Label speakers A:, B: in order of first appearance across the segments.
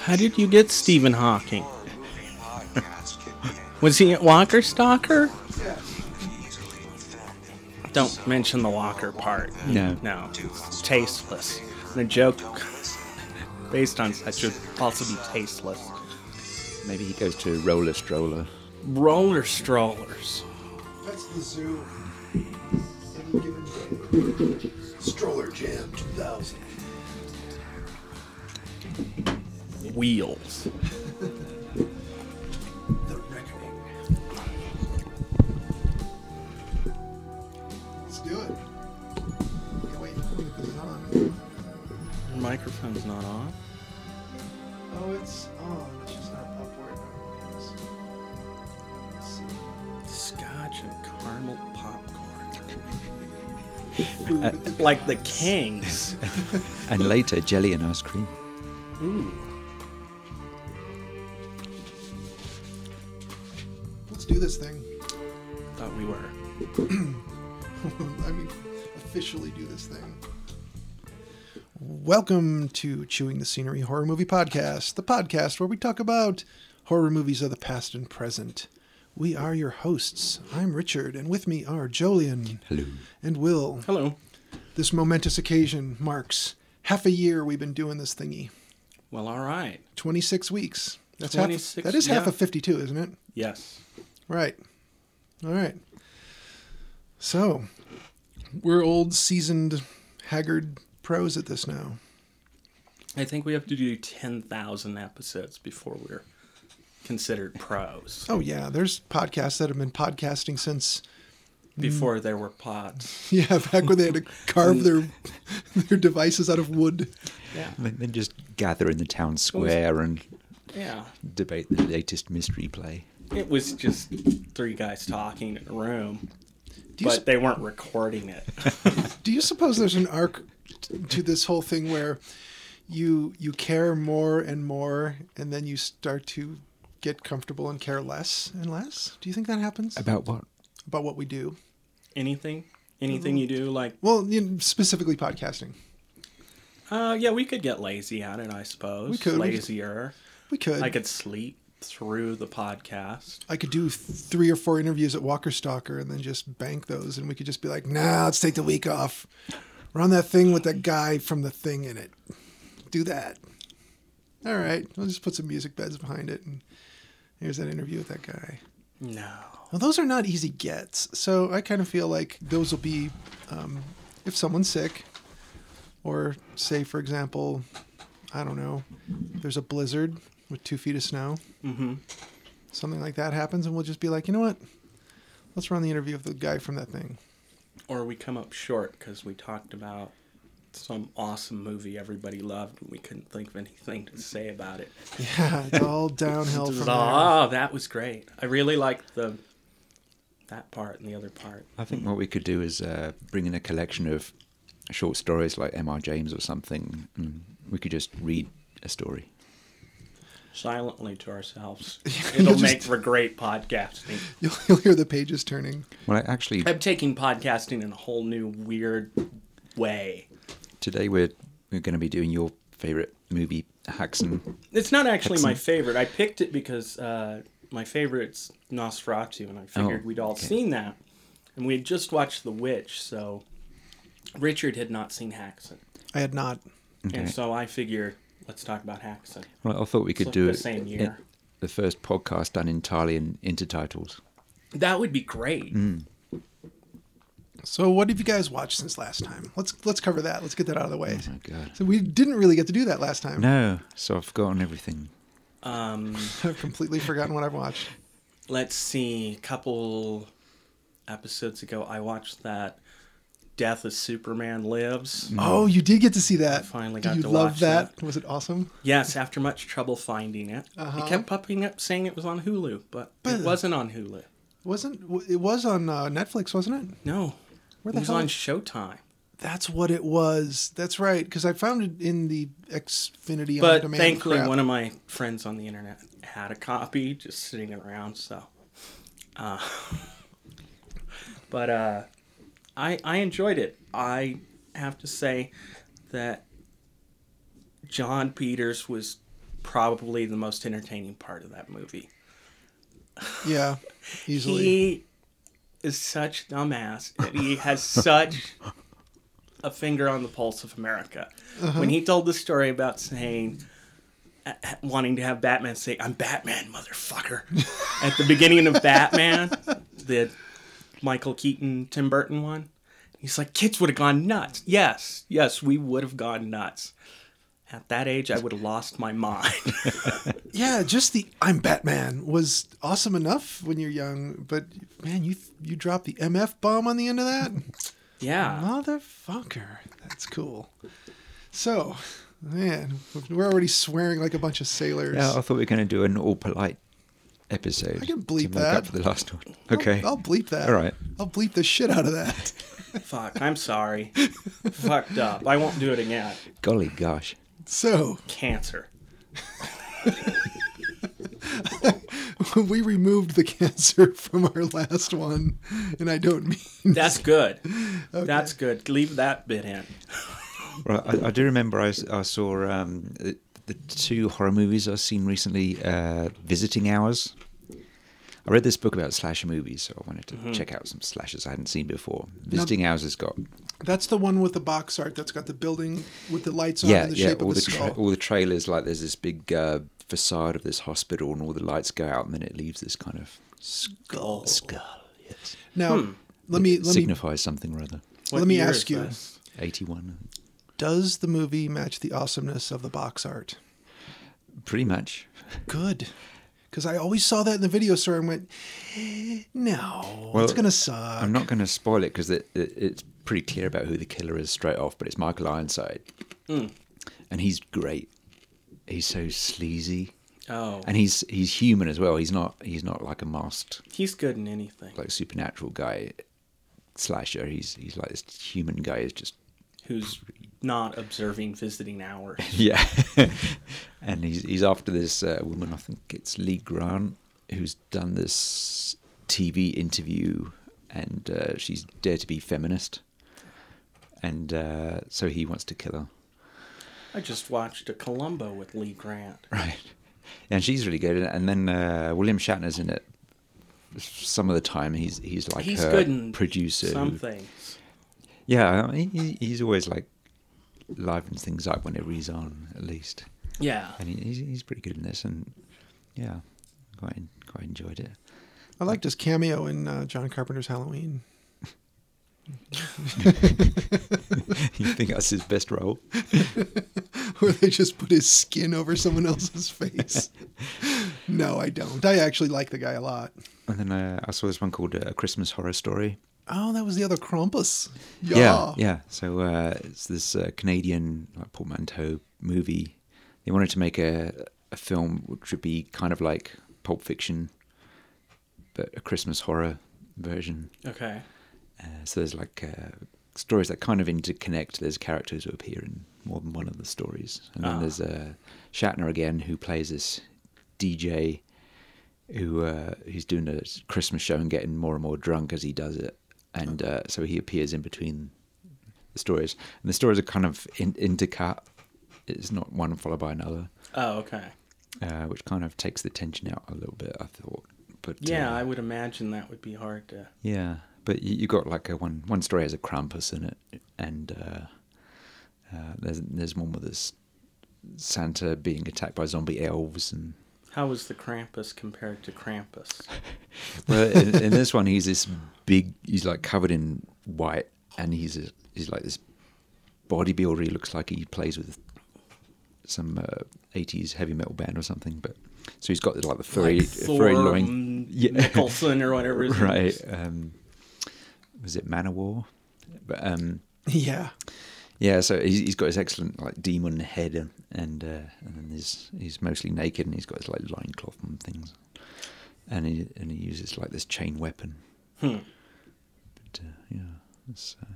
A: How did you get Stephen Hawking? Was he a Walker Stalker? Don't mention the Walker part.
B: No.
A: No, it's tasteless. And a joke based on such would also be tasteless.
B: Maybe he goes to roller stroller.
A: Roller strollers.
C: That's the zoo. Some given day. Stroller Jam 2000.
A: Wheels.
C: The Reckoning. Let's do it. Can't wait for it to be on.
A: Microphone's not on.
C: Oh, it's on. It's just not up where it normally is. Let's see.
A: Scotch and caramel popcorn. Uh, like the kings.
B: And later, jelly and ice cream.
C: Let's do this thing.
A: Thought we were.
C: I mean, officially do this thing. Welcome to Chewing the Scenery Horror Movie Podcast, the podcast where we talk about horror movies of the past and present. We are your hosts. I'm Richard, and with me are Jolien
B: Hello.
C: and Will.
A: Hello.
C: This momentous occasion marks half a year we've been doing this thingy.
A: Well, all right.
C: 26 weeks. That's
A: 26,
C: half. That is half
A: yeah.
C: of 52, isn't it?
A: Yes.
C: Right. All right. So, we're old, seasoned, haggard pros at this now.
A: I think we have to do 10,000 episodes before we're considered pros.
C: Oh yeah, there's podcasts that have been podcasting since Mm.
A: Before there were pods.
C: yeah, back when they had to carve their their devices out of wood.
A: Yeah.
B: Then then just gather in the town square and
A: Yeah.
B: debate the latest mystery play.
A: It was just three guys talking in a room,
C: Do you,
A: but they weren't recording it.
C: do you suppose there's an arc t- to this whole thing where you you care more and more, and then you start to get comfortable and care less and less? Do you think that happens
B: About what?
C: about what we do?
A: Anything? Anything you do? Like,
C: Well, you know, specifically podcasting.
A: uh, yeah, we could get lazy on it, I suppose.
C: We could.
A: Lazier.
C: We could.
A: I could sleep through the podcast.
C: I could do th- three or four interviews at Walker Stalker and then just bank those, and we could just be like, "Nah, let's take the week off. We're on that thing with that guy from the thing in it. Do that. All right, we'll just put some music beds behind it, and here's that interview with that guy.
A: No.
C: Well, those are not easy gets, so I kind of feel like those will be, um, if someone's sick, or say, for example, I don't know, there's a blizzard with two feet of snow
A: Mm-hmm.
C: something like that happens, and we'll just be like, you know what? Let's run the interview of the guy from that thing.
A: Or we come up short because we talked about some awesome movie everybody loved and we couldn't think of anything to say about it.
C: Yeah, it's all downhill from there.
A: Oh, that was great. I really liked the that part and the other part.
B: I think what we could do is uh, bring in a collection of short stories like M.R. James or something. And we could just read a story.
A: Silently to ourselves.
C: You'll
A: It'll
C: just-
A: make for great podcasting.
C: You'll, you'll hear the pages turning.
B: Well, I actually,
A: I'm taking podcasting in a whole new weird way.
B: today we're, we're going to be doing your favorite movie, Haxon.
A: It's not actually my
B: Excellent.
A: favorite. I picked it because uh, my favorite's Nosferatu, and I figured
B: Oh,
A: we'd all seen that. And we had just watched The Witch, so Richard had not seen Haxon.
C: I had not.
A: And so I figure, let's talk about Haxon.
B: Well, I thought we could
A: like
B: do
A: the
B: it
A: same
B: in-
A: year.
B: the first podcast done entirely in intertitles.
A: That would be
C: Mm-hmm.
A: great.
C: So, what have you guys watched since last time? Let's let's cover that. Let's get that out of the way.
B: Oh, God.
C: So we didn't really get to do that last time.
B: No, so I've forgotten everything.
A: Um,
C: I've completely forgotten what I've watched.
A: let's see, a couple episodes ago, I watched that Death of Superman Lives.
C: Oh, you did get to see that.
A: Finally
C: Did
A: got
C: you
A: to
C: love
A: watch
C: that? Was it awesome?
A: Yes, after much trouble finding it,
C: Uh-huh.
A: it kept popping up saying it was on Hulu, but it wasn't on Hulu.
C: Wasn't it was on uh, Netflix, wasn't it?
A: No,
C: Where
A: it
C: the
A: was
C: hell?
A: on Showtime.
C: That's what it was. That's right. Because I found it in the Xfinity on
A: But
C: demand.
A: thankfully,
C: crap.
A: one of my friends on the internet had a copy just sitting around. So, uh, but uh, I I enjoyed it. I have to say that John Peters was probably the most entertaining part of that movie.
C: yeah, easily.
A: He is such a dumbass. and He has such a finger on the pulse of America. When he told the story about saying, uh, wanting to have Batman say, I'm Batman, motherfucker, at the beginning of Batman, the Michael Keaton, Tim Burton one, he's like, kids would have gone nuts. Yes, yes, we would have gone nuts. At that age, I would have lost my mind.
C: yeah, just the I'm Batman was awesome enough when you're young, but man, you you dropped the MF bomb on the end of that,
A: yeah.
C: motherfucker. That's cool. So, man, we're already swearing like a bunch of sailors.
B: Yeah, I thought we were going to do an all polite episode.
C: I can
B: to
C: bleep
B: make up
C: that.
B: for the last one. Okay.
C: I'll bleep that.
B: All right.
C: I'll bleep the shit out of that.
A: Fuck, I'm sorry. Fucked up. I won't do it again.
B: Golly gosh.
C: So
A: Cancer.
C: we removed the cancer from our last one, and I don't mean
A: That's good. That's good. Leave that bit in.
B: Right. I, I do remember I, s- I saw um, the, the two horror movies I've seen recently uh, Visiting Hours. I read this book about slasher movies, so I wanted to check out some slashers I hadn't seen before. Visiting Hours has got
C: that's the one with the box art that's got the building with the lights on
B: yeah,
C: and the
B: yeah.
C: shape
B: All
C: of
B: the,
C: the,
B: tra-
C: skull.
B: all the trailers, like there's this big uh, facade of this hospital, and all the lights go out, and then it leaves this kind of
A: Skull.
B: skull. Yes,
C: now, let me
B: it
C: let me
B: signifies something rather.
A: Hmm. What
C: Let me
A: year
C: ask
A: is
C: you.
A: this?
B: Eighty-one,
C: does the movie match the awesomeness of the box art?
B: pretty much.
C: Good. Because I always saw that in the video store and went, "Eh, no,
B: Well,
C: it's gonna suck.
B: I'm not going to spoil it because it, it, it's pretty clear about who the killer is straight off, but it's Michael Ironside, and he's great. He's so sleazy,
A: Oh,
B: and he's he's human as well. He's not he's not like a masked
A: he's good in anything.
B: like supernatural guy slasher. He's he's like this human guy who's just
A: Who's not observing visiting hours?
B: Yeah, and he's he's after this uh, woman. I think it's Lee Grant who's done this TV interview, and uh, she's dared to be feminist, and uh, so he wants to kill her.
A: I just watched a Columbo with Lee Grant.
B: Right, and she's really good. And then uh, William Shatner's in it. Some of the time, he's he's like
A: He's
B: her
A: good in
B: producer. who-
A: Some things.
B: Yeah, I mean, he, he's always like livens things up whenever he's on, at least.
A: Yeah.
B: and he, he's, he's pretty good in this, and yeah, quite en- quite enjoyed it.
C: I liked his cameo in uh, John Carpenter's Halloween.
B: you think that's his best role?
C: where they just put his skin over someone else's face. no, I don't. I actually like the guy a lot.
B: And then uh, I saw this one called uh, A Christmas Horror Story.
C: Oh, that was the other Krampus.
B: yeah. So uh, it's this uh, Canadian like portmanteau movie. They wanted to make a a film which would be kind of like Pulp Fiction, but a Christmas horror version.
A: Okay.
B: Uh, so there's like uh, stories that kind of interconnect. There's characters who appear in more than one of the stories, and then
A: Ah.
B: there's uh, Shatner again who plays this DJ who uh, who's doing a Christmas show and getting more and more drunk as he does it, and uh, so he appears in between the stories, and the stories are kind of in- intercut. It's not one followed by another,
A: Oh, okay.
B: uh, which kind of takes the tension out a little bit. I thought, but
A: Yeah,
B: uh,
A: I would imagine that would be hard to.
B: yeah, but you, you got like a one one story has a Krampus in it, and uh, uh, there's there's one with this Santa being attacked by zombie elves, and
A: How was the Krampus compared to Krampus?
B: well, in, in this one he's this big, he's like covered in white, and he's a, he's like this bodybuilder. He looks like he plays with some uh, 80s heavy metal band or something, but so he's got like the furry
A: Thor mm,
B: furry loin,
A: Nicholson or whatever. His name
B: right?
A: is.
B: Um, was it Manowar? But um,
C: Yeah.
B: yeah, so he's, he's got his excellent like demon head, and and, uh, and then he's he's mostly naked, and he's got his like loincloth and things, and he and he uses like this chain weapon.
A: Hmm.
B: But uh, yeah, it's, uh,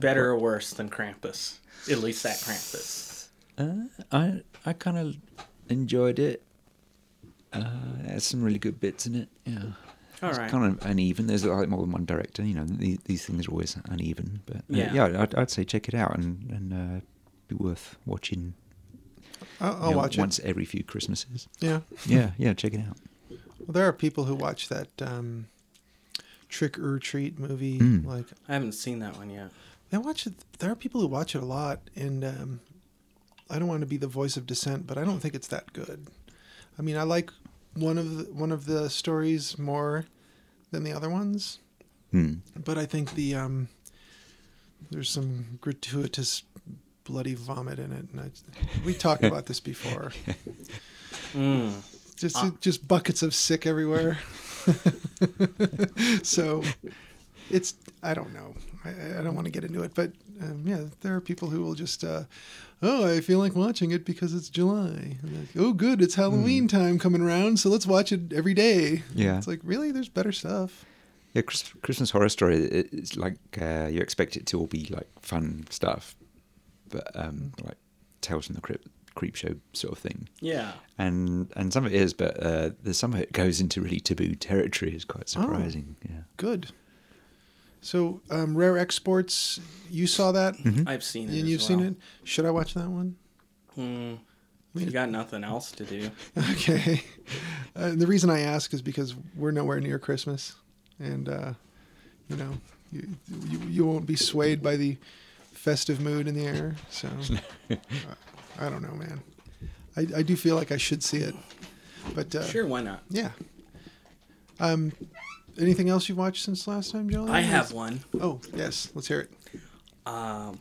A: Better or worse than Krampus? At least that Krampus.
B: Uh, I I kind of enjoyed it. Uh, it has some really good bits in it. Yeah,
A: All
B: it's
A: right.
B: kind of uneven. There's like more than one director. You know, these, these things are always uneven. But uh,
A: Yeah.
B: yeah, I'd, I'd say check it out and and uh, be worth watching.
C: I'll,
B: you
C: I'll
B: know,
C: watch it.
B: once every few Christmases.
C: Yeah.
B: Yeah, yeah, check it out.
C: Well, there are people who watch that um, trick or treat movie.
B: Hmm.
C: Like
A: I haven't seen that one yet.
C: they watch it. There are people who watch it a lot, and um, I don't want to be the voice of dissent, but I don't think it's that good. I mean, I like one of the, one of the stories more than the other ones,
B: Hmm.
C: but I think the um, there's some gratuitous bloody vomit in it, and I, we talked about this before.
A: Mm.
C: just just buckets of sick everywhere. so it's I don't know. I, I don't want to get into it, but um, yeah, there are people who will just uh, oh I feel like watching it because it's July. And like, oh good, it's Halloween time coming around, so let's watch it every day.
B: Yeah.
C: it's like really, there's better stuff.
B: Yeah, Chris, Christmas Horror Story. it- It's like uh, you expect it to all be like fun stuff, but um,
A: Hmm.
B: like Tales from the Crypt, Creep Show sort of thing.
A: Yeah.
B: and and some of it is, but uh, there's some of it goes into really taboo territory. Is
A: Oh.
B: quite surprising. Yeah,
C: Good. So um, rare exports, you saw that
A: I've seen it.
C: Hmm? and
A: as
C: you've seen
A: well.
C: it. Should I watch that one?
A: Mm. You got nothing else to do.
C: Okay. Uh, the reason I ask is because we're nowhere near Christmas, and uh, you know, you, you you won't be swayed by the festive mood in the air. So uh, I don't know, man. I, I do feel like I should see it, but uh,
A: Sure, why not?
C: yeah. Um, anything else you've watched since last time, Joel?
A: I have one.
C: Oh yes, let's hear it.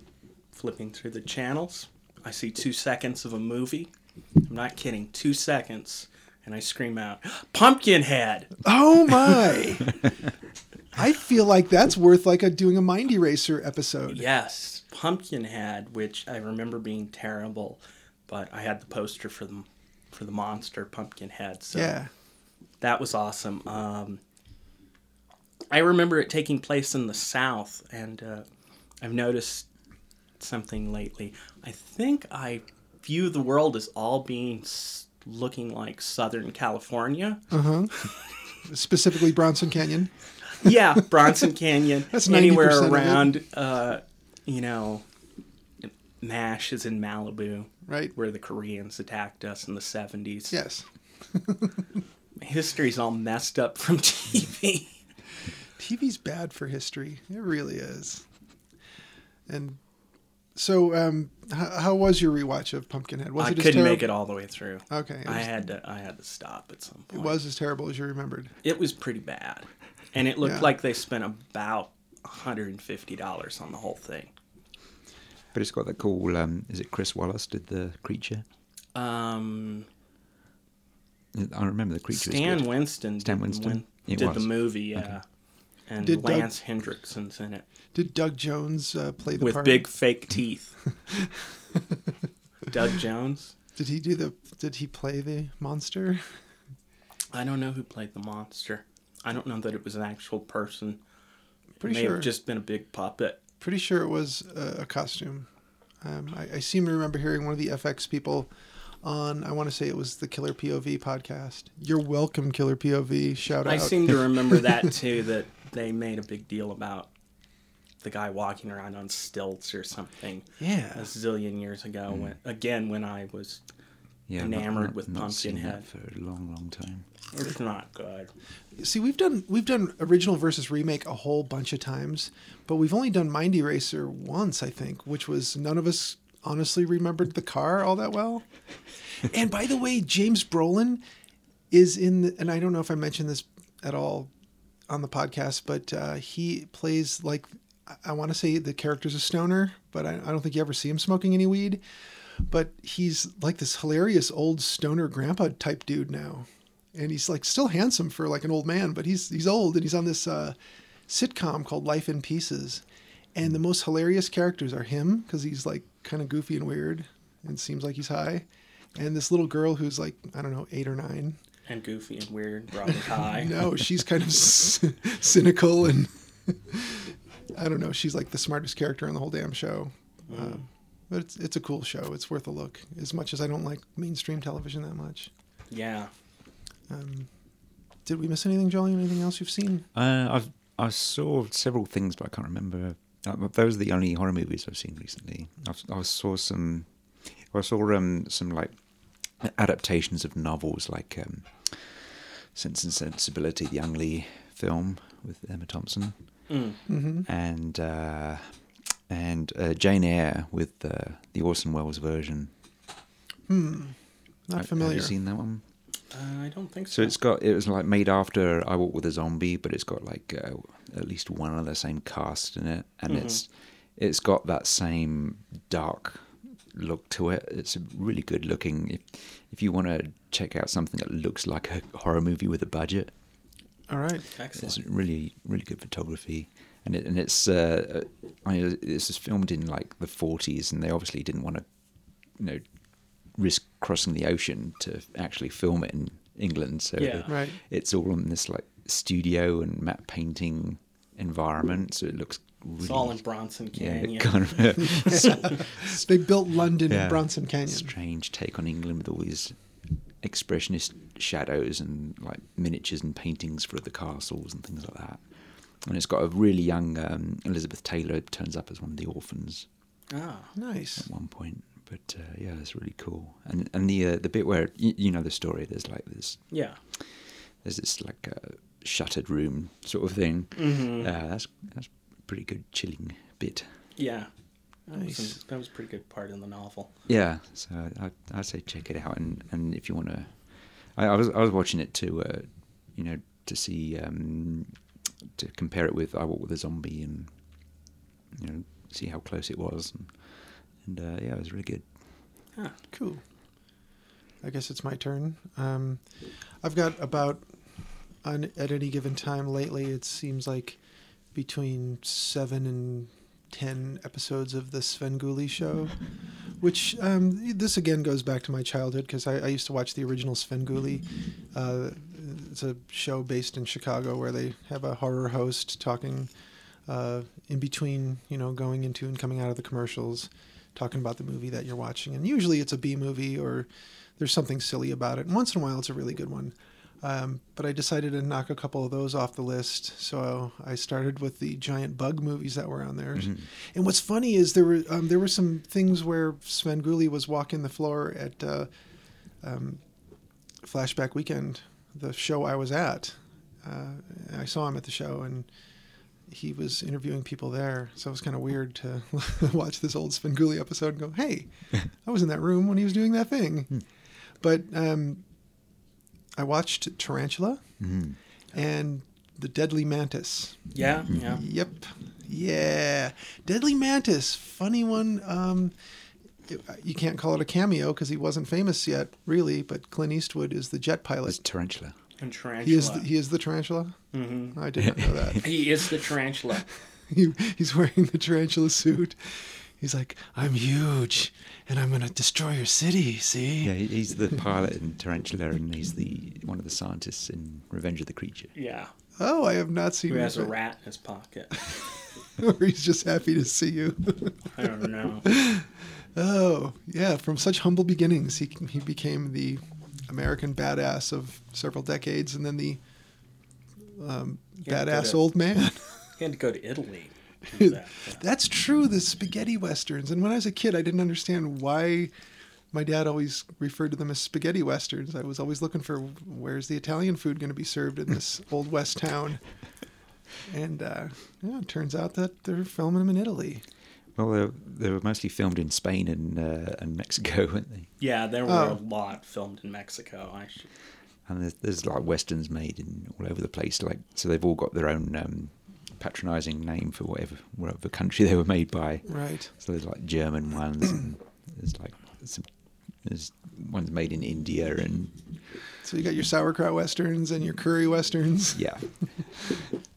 A: Flipping through the channels, I see two seconds of a movie. I'm not kidding. Two seconds, and I scream out, "Pumpkinhead!"
C: Oh my! I feel like that's worth like a doing a mind eraser episode.
A: Yes, Pumpkinhead, which I remember being terrible, but I had the poster for the for the monster Pumpkinhead. So
C: yeah.
A: that was awesome. Um, I remember it taking place in the South, and uh, I've noticed something lately. I think I view the world as all being s- looking like Southern California.
C: specifically Bronson Canyon.
A: yeah, Bronson Canyon.
C: That's
A: anywhere
C: 90% of it.
A: around, uh, you know, Nash is in Malibu,
C: Right.
A: where the Koreans attacked us in the 70s.
C: Yes.
A: History's all messed up from TV.
C: TV's bad for history. It really is. And so, um, how, how was your rewatch of Pumpkinhead? Was
A: I
C: it as
A: couldn't
C: terrib-
A: make it all the way through.
C: Okay, it
A: I
C: was-
A: had to. I had to stop at some
C: It
A: point.
C: was as terrible as you remembered.
A: It was pretty bad, and it looked
C: Yeah.
A: like they spent about hundred and fifty dollars on the whole thing.
B: but it's got that cool. Um, is it Chris Wallace did the creature?
A: Um,
B: I remember the creature. was
A: Stan
B: good.
A: Winston.
B: Stan
A: did-
B: Winston?
A: win-
B: It
A: did the
B: was.
A: movie, yeah. And
C: Did Doug-
A: Lance Hendrickson's in it
C: Did Doug Jones uh, play the
A: with
C: part?
A: big fake teeth. Doug Jones.
C: Did he do the? Did he play the monster?
A: I don't know who played the monster. I don't know that it was an actual person.
C: Pretty
A: it may
C: sure.
A: have just been a big puppet.
C: Pretty sure it was a, a costume. Um, I, I seem to remember hearing one of the FX people on. I want to say it was the Killer POV podcast. You're welcome, Killer POV. Shout out.
A: I seem to remember that too. That they made a big deal about the guy walking around on stilts or something a
C: Yeah. Hmm.
A: zillion years ago. When again, when I was,
B: yeah, I've not-
A: enamored
B: not-
A: with
B: not seen
A: Pumpkinhead.
B: that for a long, long time.
A: it's not good.
C: See, we've done we've done original versus remake a whole bunch of times, but we've only done Mind Eraser once, I think, which was none of us honestly remembered the car all that well. and by the way, James Brolin is in, the, and I don't know if I mentioned this at all on the podcast, but uh, he plays like I- I want to say the character's a stoner, but I, I don't think you ever see him smoking any weed. But he's like this hilarious old stoner grandpa type dude now, and he's like still handsome for like an old man, but he's he's old and he's on this uh, sitcom called Life in Pieces, And the most hilarious characters are him because he's like kind of goofy and weird and seems like he's high. And this little girl who's like, I don't know, eight or nine.
A: and goofy and weird, Robin High.
C: No, she's kind of c- cynical and I don't know. She's like the smartest character on the whole damn show. Uh, but it's, it's a cool show. It's worth a look. As much as I don't like mainstream television that much.
A: Yeah.
C: Um, did we miss anything, Jolly? Anything else you've seen?
B: Uh, I've I saw several things, but I can't remember. Uh, but those are the only horror movies I've seen recently. I've, I saw some. I saw um, some like adaptations of novels, like um, *Sense and Sensibility*, the Ang Lee film with Emma Thompson, and uh, and uh, *Jane Eyre* with uh, the Orson Welles version.
C: Not
B: Have-
C: familiar.
B: Have you seen that one?
A: Uh, I don't think so.
B: So it's got it was like made after I Walk with a Zombie, but it's got like uh, at least one of the same cast in it, and
A: Mm-hmm.
B: it's it's got that same dark look to it. It's a really good looking. If if you want to check out something that looks like a horror movie with a budget,
C: All right.
A: Excellent.
B: it's really really good photography. And, it, and it's uh, I mean, this is filmed in like the 40s, and they obviously didn't want to, you know, risk crossing the ocean to actually film it in England. So
A: Yeah.
B: they-
C: Right.
B: it's all in this like studio and matte painting environment, so it looks really
A: It's all in Bronson
B: yeah,
A: Canyon.
B: kind of a
C: They built London
B: Yeah.
C: and Bronson Canyon.
B: strange take on England with all these expressionist shadows and like miniatures and paintings for the castles and things like that. And it's got a really young um, Elizabeth Taylor turns up as one of the orphans
A: Ah,
C: Nice.
B: at one point. But uh, yeah, it's really cool. And and the uh, the bit where you, you know the story, there's like this
A: yeah.
B: there's this like uh, shuttered room sort of thing.
A: Mm-hmm. Mm.
B: Uh, that's that's a pretty good chilling bit.
A: Yeah. That, was
C: Nice.
A: a, that was a pretty good part in the novel.
B: Yeah, so I, I I'd say check it out, and, and if you want to, I, I was I was watching it to, uh, you know, to see um, to compare it with I Walk with a Zombie and you know see how close it was, and, and uh, yeah, it was really good.
A: Huh.
C: Cool. I guess it's my turn. Um, I've got about, on, at any given time lately, it seems like between seven and ten episodes of the Sven Gulli show, which um, this again goes back to my childhood because I, I used to watch the original Sven Gulli. Uh, it's a show based in Chicago where they have a horror host talking uh, in between, you know, going into and coming out of the commercials, talking about the movie that you're watching. And usually it's a B movie or there's something silly about it. And once in a while it's a really good one. Um, but I decided to knock a couple of those off the list. So I started with the giant bug movies that were on there. And what's funny is there were um, there were some things where Sven Gulli was walking the floor at uh, Flashback Weekend, the show I was at. Uh, I saw him at the show and he was interviewing people there. So it was kind of weird to watch this old Spenguli episode and go, hey, I was in that room when he was doing that thing. but um, I watched Tarantula and The Deadly Mantis.
A: Yeah, yeah.
C: Yep. Yeah. Deadly Mantis. Funny one. Um, you can't call it a cameo because he wasn't famous yet, really, but Clint Eastwood is the jet
B: It's
C: pilot.
B: Tarantula.
A: And tarantula.
C: He is the, he is the tarantula? Mm-hmm. I did not know that.
A: He is the tarantula.
C: he, he's wearing the tarantula suit. He's like, I'm huge and I'm going to destroy your city, see?
B: Yeah, he- he's the pilot in Tarantula, and he's the one of the scientists in Revenge of the Creature.
A: Yeah.
C: Oh, I have not seen
A: Who has a
C: that.
A: rat in his pocket.
C: or he's just happy to see you.
A: I don't know.
C: oh, yeah. From such humble beginnings, he, he became the American badass of several decades and then the um,
A: He had to go
C: badass
A: to-
C: old man.
A: He had to go to Italy. to do that.
C: That's true, the spaghetti westerns. And when I was a kid, I didn't understand why my dad always referred to them as spaghetti westerns. I was always looking for where's the Italian food going to be served in this old west town. And uh, yeah, it turns out that they're filming them in Italy.
B: Well, they were, they were mostly filmed in Spain and uh, and Mexico, weren't they?
A: Yeah, there were
C: Oh.
A: a lot filmed in Mexico. I should,
B: and there's, there's like westerns made in all over the place like so they've all got their own um, patronizing name for whatever whatever country they were made by
C: Right.
B: so there's like german ones and there's like some there's ones made in india and
C: So you got your sauerkraut westerns and your curry westerns.
B: yeah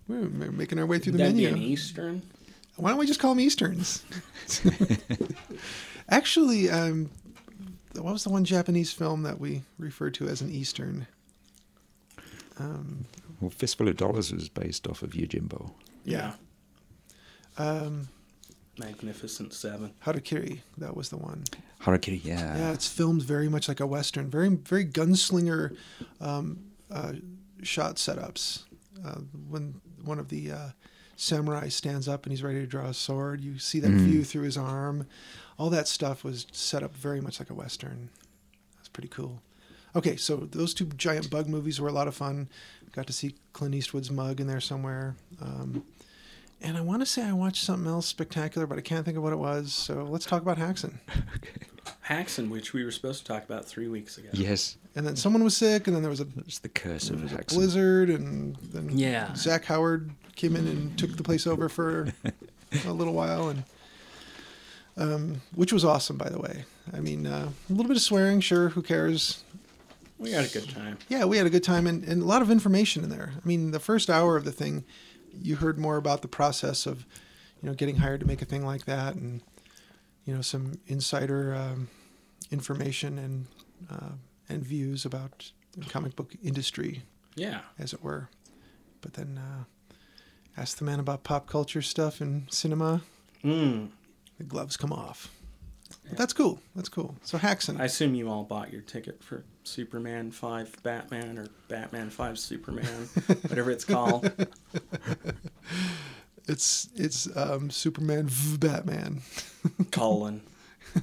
C: We're making our way through the
A: that'd be an
C: menu.
A: Eastern.
C: Why don't we just call them Easterns? Actually, um, what was the one Japanese film that we referred to as an Eastern?
B: Well, Fistful of Dollars was based off of Yojimbo.
C: Yeah. Um,
A: Magnificent Seven.
C: Harakiri, that was the one.
B: Harakiri, yeah.
C: Yeah, it's filmed very much like a Western, very, very gunslinger um, uh, shot setups. Uh, when one of the uh, samurai stands up and he's ready to draw a sword, you see that view through his arm. All that stuff was set up very much like a Western. That's pretty cool. Okay, so those two giant bug movies were a lot of fun. Got to see Clint Eastwood's mug in there somewhere. Um, and I want to say I watched something else spectacular, but I can't think of what it was. So let's talk about Haxon.
A: Haxon, which we were supposed to talk about three weeks ago.
B: Yes,
C: And then someone was sick, and then there was a
B: it's the curse of Jackson.
C: Blizzard, and then
A: Yeah.
C: Zach Howard came in and took the place over for a little while, and um, which was awesome, by the way. I mean, uh, a little bit of swearing, sure, who cares?
A: We had a good time.
C: Yeah, we had a good time and, and a lot of information in there. I mean, the first hour of the thing, you heard more about the process of, you know, getting hired to make a thing like that, and you know, some insider um, information and uh, and views about the comic book industry
A: Yeah.
C: as it were. But then uh, ask the man about pop culture stuff and cinema.
A: Mm.
C: The gloves come off. But that's cool. That's cool. So Haxon.
A: I assume you all bought your ticket for Superman 5 Batman or Batman 5 Superman, whatever it's called.
C: it's it's um, Superman v Batman.
A: colon,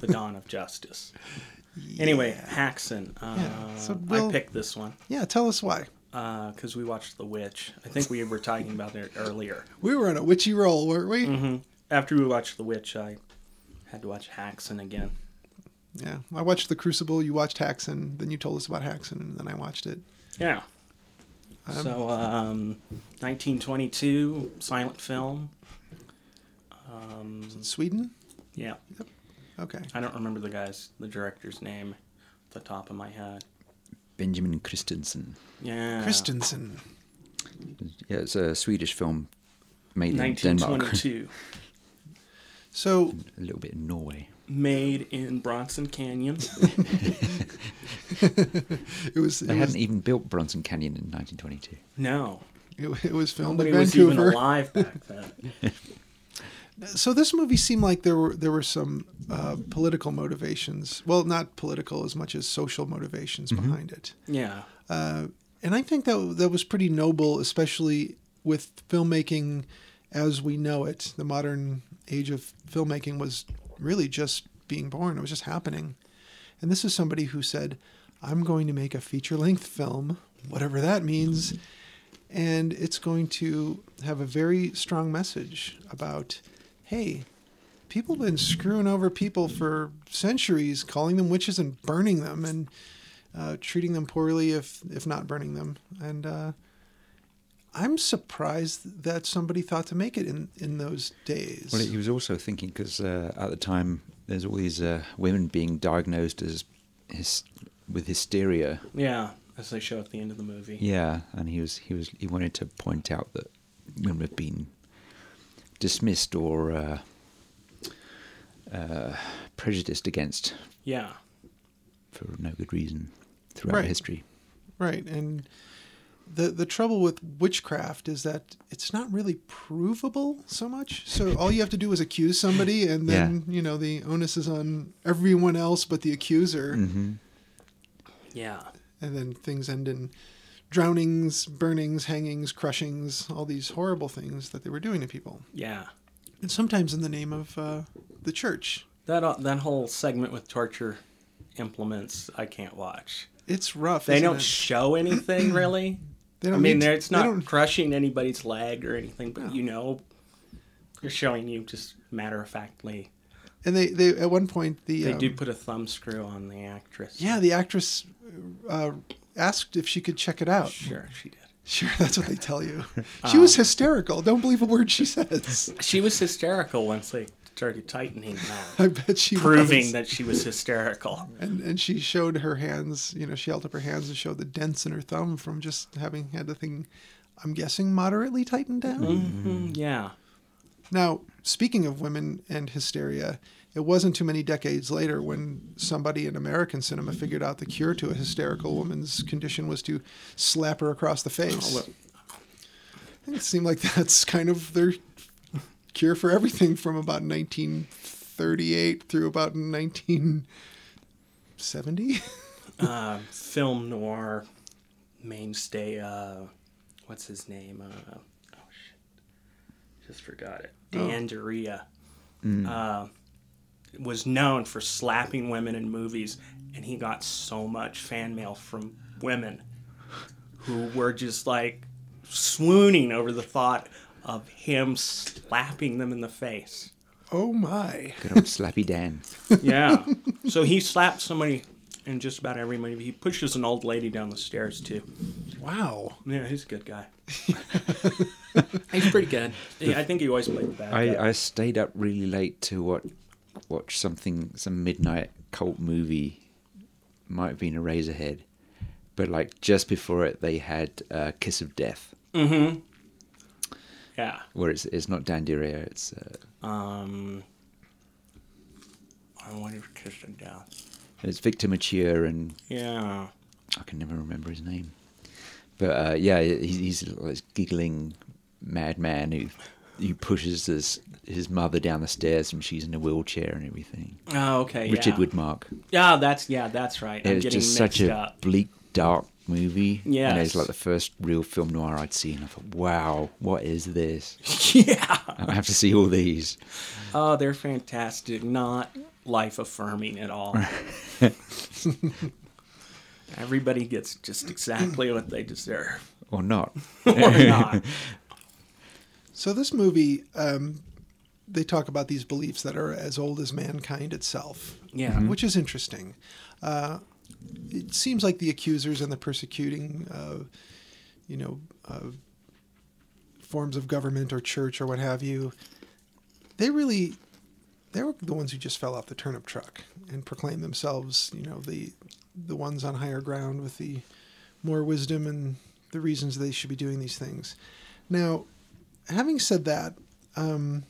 A: The Dawn of Justice. Anyway, Haxon. Uh,
C: Yeah, so we'll-
A: I picked this one
C: Yeah, tell us why.
A: because uh, we watched The Witch. I think we were talking about it earlier.
C: We were on a witchy roll, weren't we?
A: Mm-hmm. After we watched The Witch, I had to watch Haxon again.
C: Yeah. I watched The Crucible. You watched Haxon. Then you told us about Haxon, and then I watched it.
A: Yeah. so, um, 1922, silent film.
C: Is it Sweden.
A: Yeah.
C: Okay.
A: I don't remember the guy's, the director's name at the top of my head.
B: Benjamin Christensen.
A: Yeah.
C: Christensen.
B: Yeah, it's a Swedish film made in Denmark,
A: 1922.
C: So
B: a little bit in Norway.
A: Made in Bronson Canyon.
C: it was it
B: They
C: was,
B: hadn't even built Bronson Canyon in 1922.
A: No.
C: it, it was filmed
A: Nobody
C: in
A: was
C: Vancouver.
A: even alive back then.
C: so this movie seemed like there were there were some uh, political motivations. Well, not political as much as social motivations behind it,
A: Yeah.
C: Uh, and I think that that was pretty noble, especially with filmmaking as we know it. The modern age of filmmaking was really just being born; it was just happening. And this is somebody who said, "I'm going to make a feature length film, whatever that means." and it's going to have a very strong message about hey people have been screwing over people for centuries calling them witches and burning them and uh, treating them poorly if if not burning them and uh, i'm surprised that somebody thought to make it in in those days
B: Well, he was also thinking because uh, at the time there's all these uh, women being diagnosed as his, with hysteria.
A: Yeah. As they show at the end of the movie.
B: Yeah, and he was he was he wanted to point out that women have been dismissed or uh, uh, prejudiced against
A: Yeah.
B: for no good reason throughout
C: Right.
B: history.
C: Right, and the the trouble with witchcraft is that it's not really provable so much. So all you have to do is accuse somebody, and then you know the onus is on everyone else but the accuser,
A: Yeah.
C: and then things end in drownings, burnings, hangings, crushings, all these horrible things that they were doing to people,
A: Yeah.
C: and sometimes in the name of uh, the church.
A: That uh, that whole segment with torture implements I can't watch.
C: It's rough.
A: They
C: isn't
A: don't
C: it?
A: show anything really.
C: they
A: I
C: don't
A: mean,
C: need to-
A: there- it's
C: they
A: not
C: don't-
A: crushing anybody's leg or anything, but you know, they're showing you just matter of factly.
C: and they, they at one point the
A: They
C: um,
A: do put a thumb screw on the actress.
C: yeah the actress uh, asked if she could check it out.
A: sure, Um, she did.
C: Sure, that's what they tell you. She was hysterical. Don't believe a word she says.
A: She was hysterical once they started tightening that,
C: I bet she
A: proving
C: was.
A: that she was hysterical.
C: And, and she showed her hands. You know, she held up her hands and showed the dents in her thumb from just having had the thing. I'm guessing moderately tightened down.
A: Mm, Yeah.
C: Now, speaking of women and hysteria, it wasn't too many decades later when somebody in American cinema figured out the cure to a hysterical woman's condition was to slap her across the face. I think it seemed like that's kind of their cure for everything from about 1938 through about 1970.
A: uh, film noir mainstay. Uh, what's his name? Uh, oh shit, just forgot it. Dan D'Aria uh, was known for slapping women in movies, and he got so much fan mail from women who were just like swooning over the thought of him slapping them in the face.
C: Oh my.
B: Good old Slappy Dan.
A: Yeah. so he slapped somebody in just about every movie. He pushes an old lady down the stairs too.
C: Wow.
A: Yeah, he's a good guy. he's pretty good. Yeah, I think he always played the bad
B: I,
A: guy.
B: I stayed up really late to watch, watch something, some midnight cult movie. Might have been a Razorhead, but like just before it, they had uh, Kiss of Death,
A: yeah.
B: where it's it's not Dan D'Aria, it's uh,
A: Um, I wonder if Kiss him down.
B: it's Victor Mature and
A: Yeah.
B: I can never remember his name. But uh, yeah, he, he's this giggling madman who who pushes his his mother down the stairs and she's in a wheelchair and everything.
A: Oh, okay.
B: Richard
A: yeah.
B: Woodmark.
A: Yeah, that's yeah, that's right.
B: It
A: I'm
B: was
A: getting
B: just
A: mixed
B: such a
A: up.
B: bleak, dark movie. and it
A: Yes.
B: was like the first real film noir I'd seen. I thought, wow, what is this?
A: yeah.
B: I have to see all these.
A: Oh, they're fantastic. Not life affirming at all. Everybody gets just exactly what they deserve.
B: Or not.
A: Or not.
C: So this movie, um, they talk about these beliefs that are as old as mankind itself.
A: Yeah.
C: which is interesting. Uh, it seems like the accusers and the persecuting, uh, you know, uh, forms of government or church or what have you, they really, they were the ones who just fell off the turnip truck and proclaimed themselves, you know, the the ones on higher ground with the more wisdom and the reasons they should be doing these things. Now, having said that, um,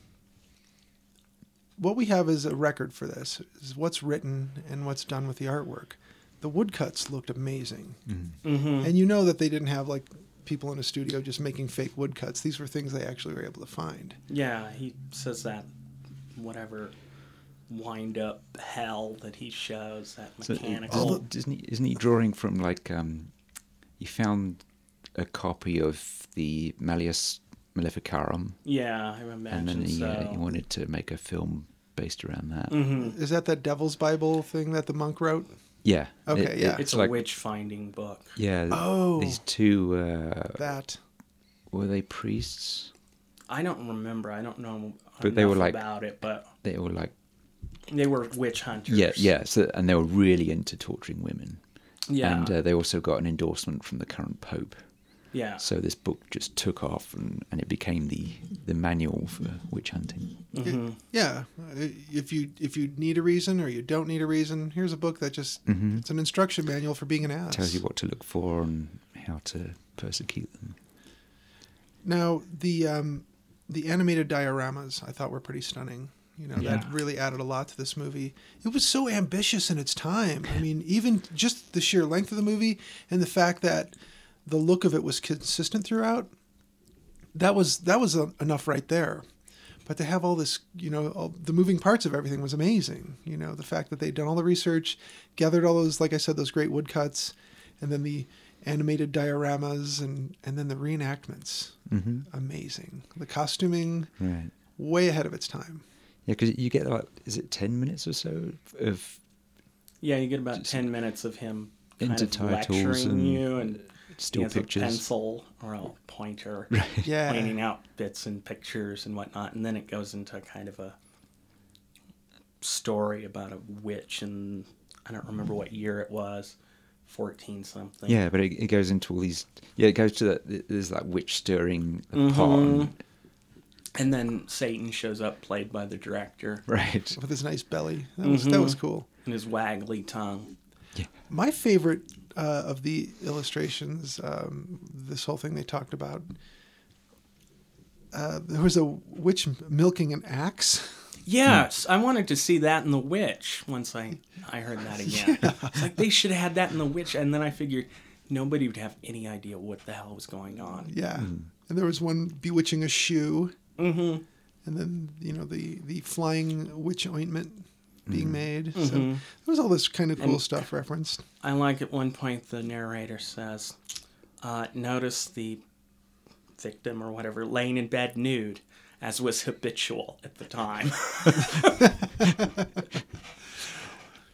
C: what we have is a record for this is what's written and what's done with the artwork the woodcuts looked amazing
B: Mm-hmm.
C: and you know that they didn't have like people in a studio just making fake woodcuts these were things they actually were able to find
A: Yeah, he says that whatever wind up hell that he shows, that
B: So,
A: mechanical.
B: Isn't, isn't, he, isn't he drawing from like um, he found a copy of the Malleus Maleficarum,
A: yeah, I
B: and then
A: imagine
B: he,
A: so. Mm-hmm.
B: uh, he wanted to make a film based around that.
C: is that that devil's bible thing that the monk wrote
B: Yeah.
C: Mm. Okay, yeah.
A: it's a
B: like
A: witch finding book.
B: yeah.
C: Oh.
B: These two uh,
C: that
B: were they priests?
A: I don't remember. I don't know
B: But they were
A: enough
B: like-
A: about it, but
B: They were like
A: they were witch hunters.
B: yeah yeah. So and they were really into torturing women.
A: yeah,
B: And uh, they also got an endorsement from the current pope.
A: yeah.
B: So this book just took off and, and it became the, the manual for witch hunting.
C: yeah Uh, if you if you need a reason or you don't need a reason here's a book that just it's an instruction manual for being an ass
B: Mm-hmm. tells you what to look for and how to persecute them.
C: Now the um, the animated dioramas I thought were pretty stunning. You know that
A: Yeah.
C: really added a lot to this movie. It was so ambitious in its time. I mean, even just the sheer length of the movie and the fact that the look of it was consistent throughout. That was that was uh, enough right there. But to have all this, you know, all, the moving parts of everything was amazing. You know, the fact that they'd done all the research, gathered all those, like I said, those great woodcuts, and then the animated dioramas, and and then the reenactments amazing. The costuming,
B: Right.
C: way ahead of its time.
B: Yeah, because you get like, is it 10 minutes or so of
A: Yeah, you get about ten minutes of him kind
B: Into
A: of
B: titles
A: lecturing
B: and
A: you, and he
B: still
A: has a
B: pictures?
A: pencil or a pointer,
C: Yeah.
A: pointing out bits and pictures and whatnot, and then it goes into kind of a story about a witch, and I don't remember what year it was, fourteen something.
B: Yeah, but it, it goes into all these. Yeah, it goes to that. There's that witch stirring the pot. and-
A: and then Satan shows up, played by the director,
B: right.
C: With his nice belly. That was, that was cool.
A: and his waggly tongue.
C: My favorite uh, of the illustrations, um, this whole thing they talked about, uh, there was a witch milking an axe.
A: Yes, I wanted to see that in The Witch once I, I heard that again. It's like they should have had that in The Witch, and then I figured nobody would have any idea what the hell was going on.
C: Yeah. And there was one bewitching a shoe. Mm-hmm. And then, you know, the, the flying witch ointment being made. So there was all this kind of cool stuff referenced.
A: I like at one point the narrator says, uh, Notice the victim or whatever laying in bed nude, as was habitual at the time.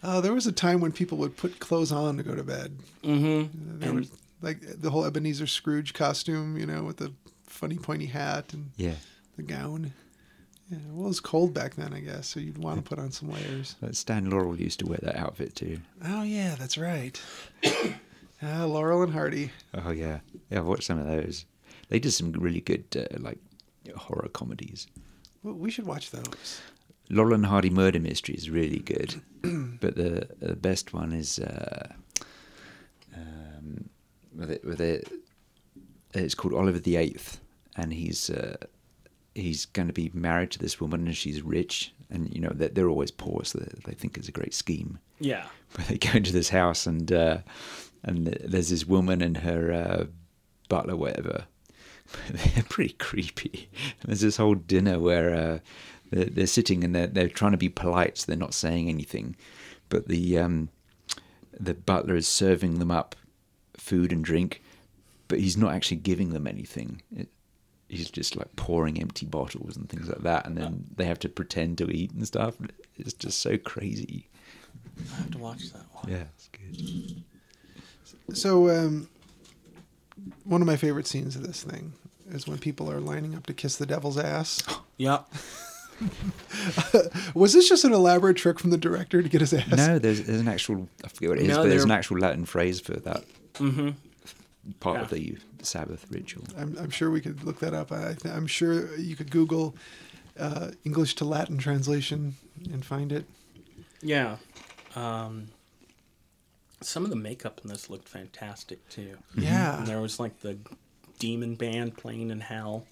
C: Uh, there was a time when people would put clothes on to go to bed. Mm-hmm. There was, like the whole Ebenezer Scrooge costume, you know, with the funny pointy hat and
B: Yeah,
C: the gown. Yeah, well, it was cold back then, I guess, so you'd want to put on some layers.
B: But Stan Laurel used to wear that outfit too.
C: Oh yeah, that's right. Ah, Laurel and Hardy.
B: Oh yeah, yeah. I've watched some of those. They did some really good uh, like horror comedies.
C: Well, We should watch those.
B: Laurel and Hardy Murder Mystery is really good, but the the best one is uh, um, with it, with it, it's called Oliver the Eighth, and he's uh, he's going to be married to this woman, and she's rich, and you know they're, they're always poor, so they, they think it's a great scheme.
A: yeah.
B: But they go into this house, and uh, and th- there's this woman and her uh, butler, whatever. they're pretty creepy. And there's this whole dinner where uh, they're, they're sitting and they're, they're trying to be polite, so they're not saying anything. But the um, the butler is serving them up food and drink, but he's not actually giving them anything. It, he's just like pouring empty bottles and things like that, and then they have to pretend to eat and stuff. It's just so crazy.
A: I have to watch that one.
B: Yeah, it's good.
C: So, um, one of my favorite scenes of this thing is when people are lining up to kiss the devil's ass.
A: Yep.
C: Was this just an elaborate trick from the director to get his ass?
B: No, there's, there's an actual I forget what it is,
A: No,
B: but there's
A: they're- Mm-hmm.
B: an actual Latin phrase for that part of
A: Yeah.
B: the Sabbath ritual.
C: I'm, I'm sure we could look that up. I, th- I'm sure you could Google uh, English to Latin translation and find it.
A: Yeah. Um, some of the makeup in this looked fantastic too.
C: Yeah.
A: And there was like the demon band playing in hell.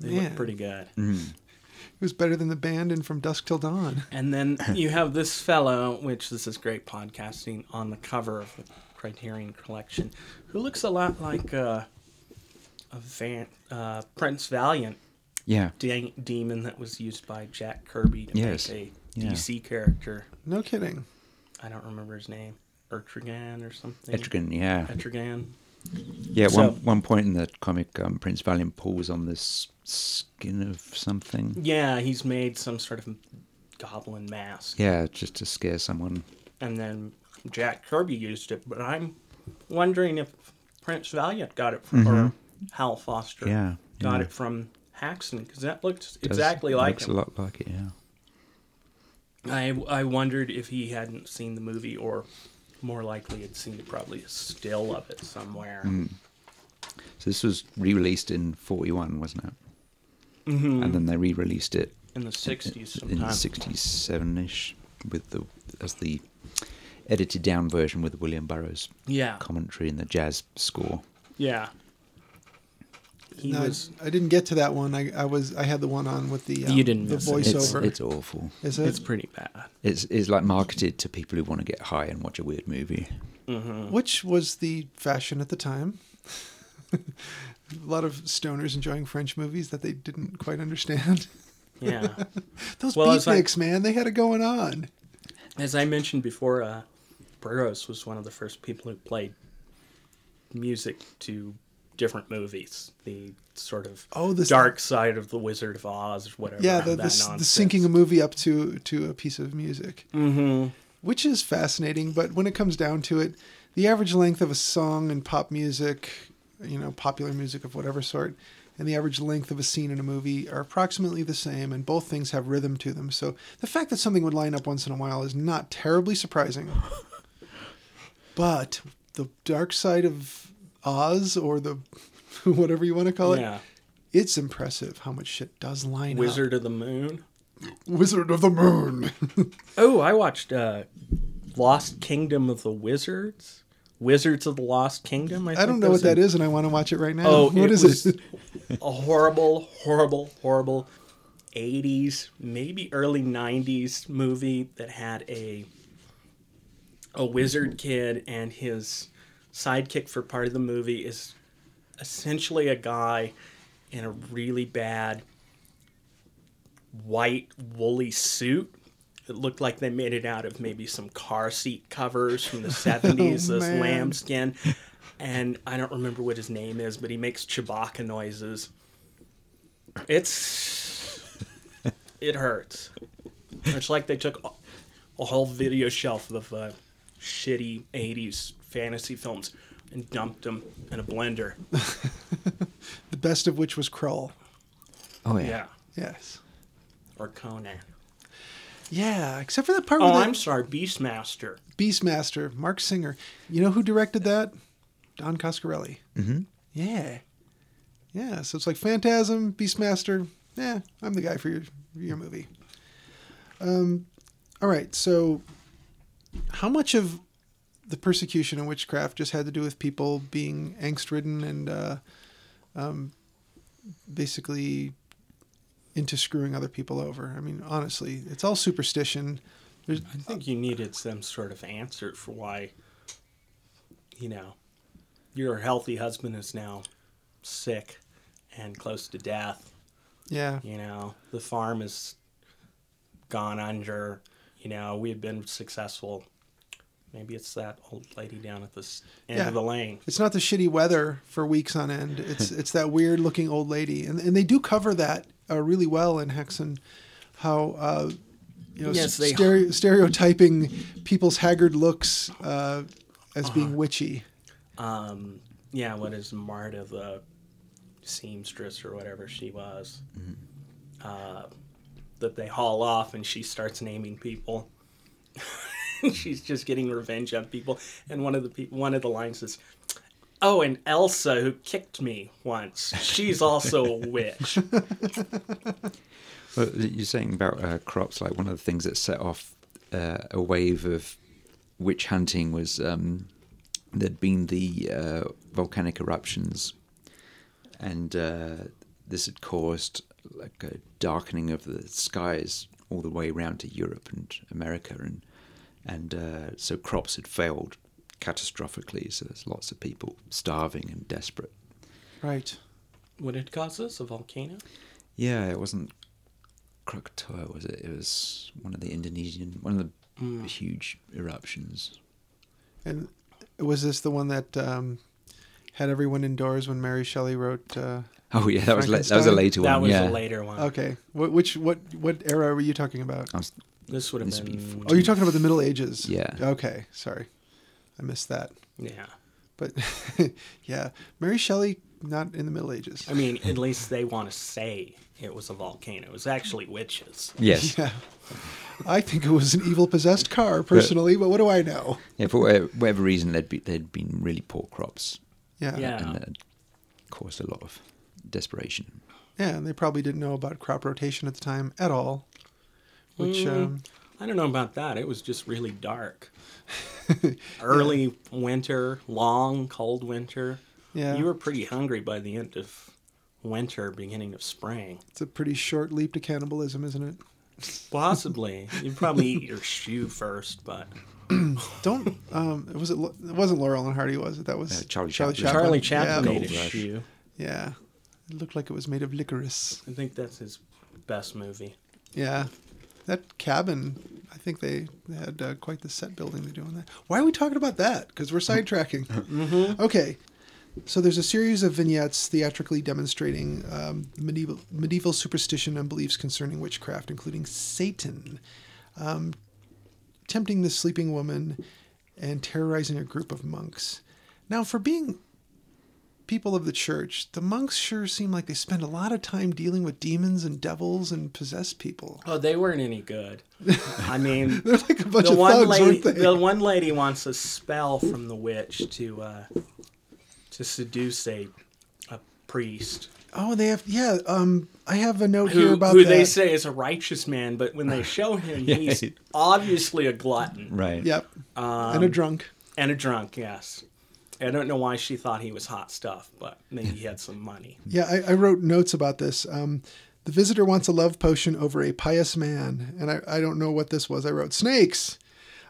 A: They
C: Man.
A: looked pretty good.
C: It was better than the band in From Dusk Till Dawn.
A: And then you have this fellow, which this is great podcasting, on the cover of the Criterion Collection, who looks a lot like uh, a Van, uh, Prince Valiant
B: Yeah,
A: de- demon that was used by Jack Kirby to
B: Yes.
A: make a
B: Yeah.
A: DC character.
C: No kidding.
A: I don't remember his name. Ertrigan or something.
B: Etrigan. Yeah,
A: Etrigan.
B: yeah.
A: So-
B: one one point in the comic, um, Prince Valiant pulls on this skin of something.
A: Yeah, he's made some sort of goblin mask.
B: Yeah, just to scare someone.
A: And then Jack Kirby used it, but I'm wondering if Prince Valiant got it from, or Hal Foster
B: Mm-hmm. Yeah,
A: got
B: yeah.
A: it from Haxon, because that looked
B: Does-
A: exactly like
B: looks
A: him.
B: a lot like it. Yeah.
A: I, I wondered if he hadn't seen the movie, or more likely had seen probably a still of it somewhere.
B: Mm. So this was re-released in '41, wasn't it? And then they re-released it
A: Mm-hmm. In the 60s
B: in the
A: Mm. sometime.
B: '67ish with the as the edited down version with William Burroughs
A: yeah,
B: commentary and the jazz score.
A: yeah. He
C: No, I-
A: was...
C: I, didn't get to that one. I, I was I had the one on with the um,
A: You didn't
C: the
A: miss it.
B: It's,
C: voiceover.
B: it's awful.
C: Is it?
A: It's pretty bad.
B: It's it's like marketed to people who want to get high and watch a weird movie.
C: Which was the fashion at the time. A lot of stoners enjoying French movies that they didn't quite understand.
A: Yeah.
C: Those
A: Well, it's like-
C: beatniks, man, they had it going on.
A: As I mentioned before, uh, Burroughs was one of the first people who played music to different movies. The sort of
C: Oh, this-
A: dark side of the Wizard of Oz, or whatever.
C: yeah the,
A: that
C: the, s- the
A: nonsense.
C: syncing a movie up to to a piece of music mm-hmm. which is fascinating but when it comes down to it the average length of a song in pop music you know popular music of whatever sort and the average length of a scene in a movie are approximately the same and both things have rhythm to them so the fact that something would line up once in a while is not terribly surprising but the dark side of oz or the whatever you want to call it
A: Yeah.
C: it's impressive how much shit does line up
A: Wizard of the Moon.
C: Wizard of the Moon.
A: Oh, I watched uh, Lost Kingdom of the Wizards. Wizards of the Lost Kingdom.
C: I don't know what that is, and I want to watch it right now.
A: Oh,
C: what
A: it
C: is
A: was-
C: it?
A: a horrible, horrible, horrible 80s, maybe early 90s movie that had a a wizard kid and his sidekick for part of the movie is essentially a guy in a really bad white woolly suit. It looked like they made it out of maybe some car seat covers from the 70s, this
C: man.
A: lambskin. And I don't remember what his name is, but he makes Chewbacca noises. It's. It hurts. It's like they took a- a whole video shelf of uh, shitty 80s fantasy films and dumped them in a blender.
C: The best of which was Krull.
B: Oh yeah.
A: Yeah.
C: Yes.
A: Or Conan.
C: Yeah, except for that part
A: Oh,
C: where
A: I'm
C: that
A: sorry, Beastmaster.
C: Beastmaster, Mark Singer. You know who directed that? Don Coscarelli. Mm-hmm. Yeah. Yeah, so it's like Phantasm, Beastmaster. Yeah, I'm the guy for your, your movie. Um, all right, so how much of the persecution and witchcraft just had to do with people being angst ridden and uh, um, basically into screwing other people over? I mean, honestly, it's all superstition. There's,
A: I think you needed some sort of answer for why, you know, your healthy husband is now sick and close to death.
C: yeah.
A: You know, the farm is gone under. You know, we have been successful. Maybe it's that old lady down at this end
C: Yeah.
A: of the lane.
C: It's not the shitty weather for weeks on end. It's it's that weird looking old lady, and and they do cover that uh, really well in Hexen, how uh, you know
A: Yes, they-
C: stere- stereotyping people's haggard looks uh, as being witchy.
A: um yeah what is marta the seamstress or whatever she was uh that they haul off and she starts naming people she's just getting revenge on people and one of the people one of the lines is oh and elsa who kicked me once she's also a witch
B: Well, you're saying about uh, crops. Like one of the things that set off uh, a wave of witch hunting was um, there'd been the uh, volcanic eruptions, and uh, this had caused like a darkening of the skies all the way around to Europe and America, and and uh, so crops had failed catastrophically. So there's lots of people starving and desperate.
C: Right.
A: what did cause this a volcano
B: Yeah, it wasn't Krakatoa, was it? It was one of the Indonesian, one of the
C: Mm.
B: huge eruptions.
C: And was this the one that um, had everyone indoors when Mary Shelley wrote? Uh,
B: Oh yeah, that was la- that was a
C: Frankenstein?
B: later
A: that
B: one.
A: was
B: yeah.
A: a later one
C: okay, what which what what era were you talking about?
B: I was-
A: this would
B: This
A: have
B: would be
A: been
C: Oh, you're talking about the Middle Ages.
B: Um, Yeah.
C: Okay, sorry, I missed that.
A: yeah
C: But yeah, Mary Shelley not in the Middle Ages.
A: i mean at least they want to say it was a volcano it was actually witches
B: yes. Yeah.
C: Yeah. I think it was an evil possessed car personally, but what do I know?
B: for wha- whatever reason, there'd be there'd been really poor crops,
C: Yeah.
A: Yeah.
B: and that caused a lot of desperation.
C: Yeah, and they probably didn't know about crop rotation at the time at all. Which
A: Mm.
C: um,
A: I don't know about that. It was just really dark. Early winter, long, cold winter.
C: yeah,
A: You were pretty hungry by the end of winter, beginning of spring.
C: it's a pretty short leap to cannibalism, isn't it?
A: Possibly. You'd probably eat your shoe first, but
C: Don't um it was it Lo- it wasn't Laurel and Hardy, was it? That was
B: Uh, Charlie Chaplin.
C: Chaplin.
A: Charlie Chaplin
C: Yeah.
A: made a
B: Gold Rush.
A: shoe.
C: yeah. It looked like it was made of licorice.
A: I think that's his best movie.
C: Yeah. That cabin, I think they they had uh, quite the set building they're doing that. Why are we talking about that? Because we're sidetracking. Okay. So there's a series of vignettes theatrically demonstrating um, medieval, medieval superstition and beliefs concerning witchcraft, including Satan um, tempting the sleeping woman and terrorizing a group of monks. Now, for being people of the church, the monks sure seem like they spend a lot of time dealing with demons and devils and possessed people.
A: Oh, they weren't any good. I mean,
C: They're like a bunch
A: the
C: of
A: one
C: thugs,
A: lady,
C: aren't they?
A: the one lady wants a spell from the witch to uh, to seduce a a priest.
C: Oh, they have. Yeah. Um, I have a note
A: who,
C: here about
A: who
C: that.
A: they say is a righteous man, but when they show him,
B: Yeah.
A: he's obviously a glutton
B: Right.
A: Um,
C: Yep. and a drunk.
A: and a drunk. Yes, I don't know why she thought he was hot stuff, but maybe he had some money.
C: Yeah, I, I wrote notes about this. Um, the visitor wants a love potion over a pious man, and I, I don't know what this was. I wrote snakes.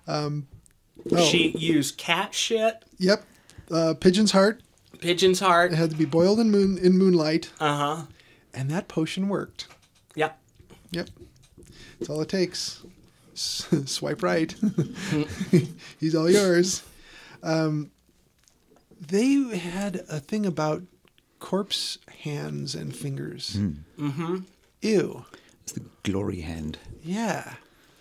C: Um, oh,
A: She used cat shit,
C: Yep. Uh, pigeon's heart.
A: pigeon's heart.
C: It had to be boiled in moon in moonlight,
A: Uh huh.
C: and that potion worked.
A: Yep.
C: Yep. That's all it takes. S- Swipe right. He's all yours. Um, they had a thing about corpse hands and fingers. Mm. hmm Ew.
B: It's the glory hand.
C: Yeah.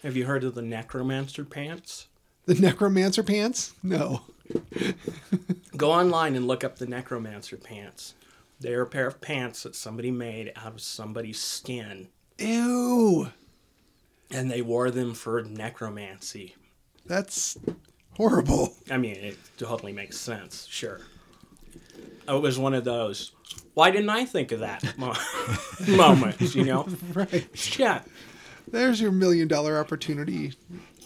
A: Have you heard of the necromancer pants?
C: The necromancer pants? No.
A: Go online and look up the necromancer pants. They're a pair of pants that somebody made out of somebody's skin,
C: Ew.
A: and they wore them for necromancy.
C: That's horrible.
A: I mean, it totally makes sense. Sure. It was one of those, why didn't I think of that mo- moments, you know?
C: Right.
A: Shit.
C: There's your million dollar opportunity.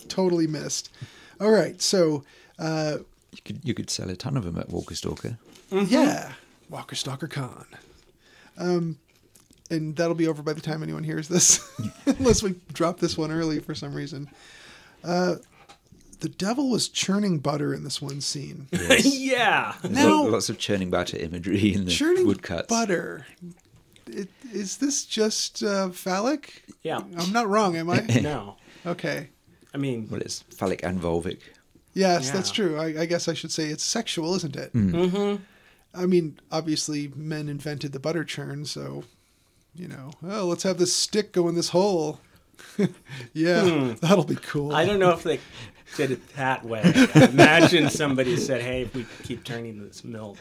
C: Totally missed. All right. So, uh,
B: You could you could sell a ton of them at Walker Stalker.
C: Yeah. Hmm? Walker Stalker Con. Um, and that'll be over by the time anyone hears this, unless we drop this one early for some reason. Uh, the devil was churning butter in this one scene.
A: yeah.
C: Now-
B: Now, lots of churning butter imagery in the
C: churning
B: woodcuts.
C: butter. It, is this just uh, phallic?
A: Yeah.
C: I'm not wrong, am I?
A: No.
C: okay.
A: I mean,
B: Well, it's phallic and vulvic.
C: Yes,
A: Yeah.
C: that's true. I, I guess I should say it's sexual, isn't it? Mm-hmm. I mean, obviously, men invented the butter churn, so you know, oh, let's have this stick go in this hole. yeah, that'll be cool.
A: Hmm. I don't know if they did it that way. Imagine somebody said, hey, if we keep turning this milk,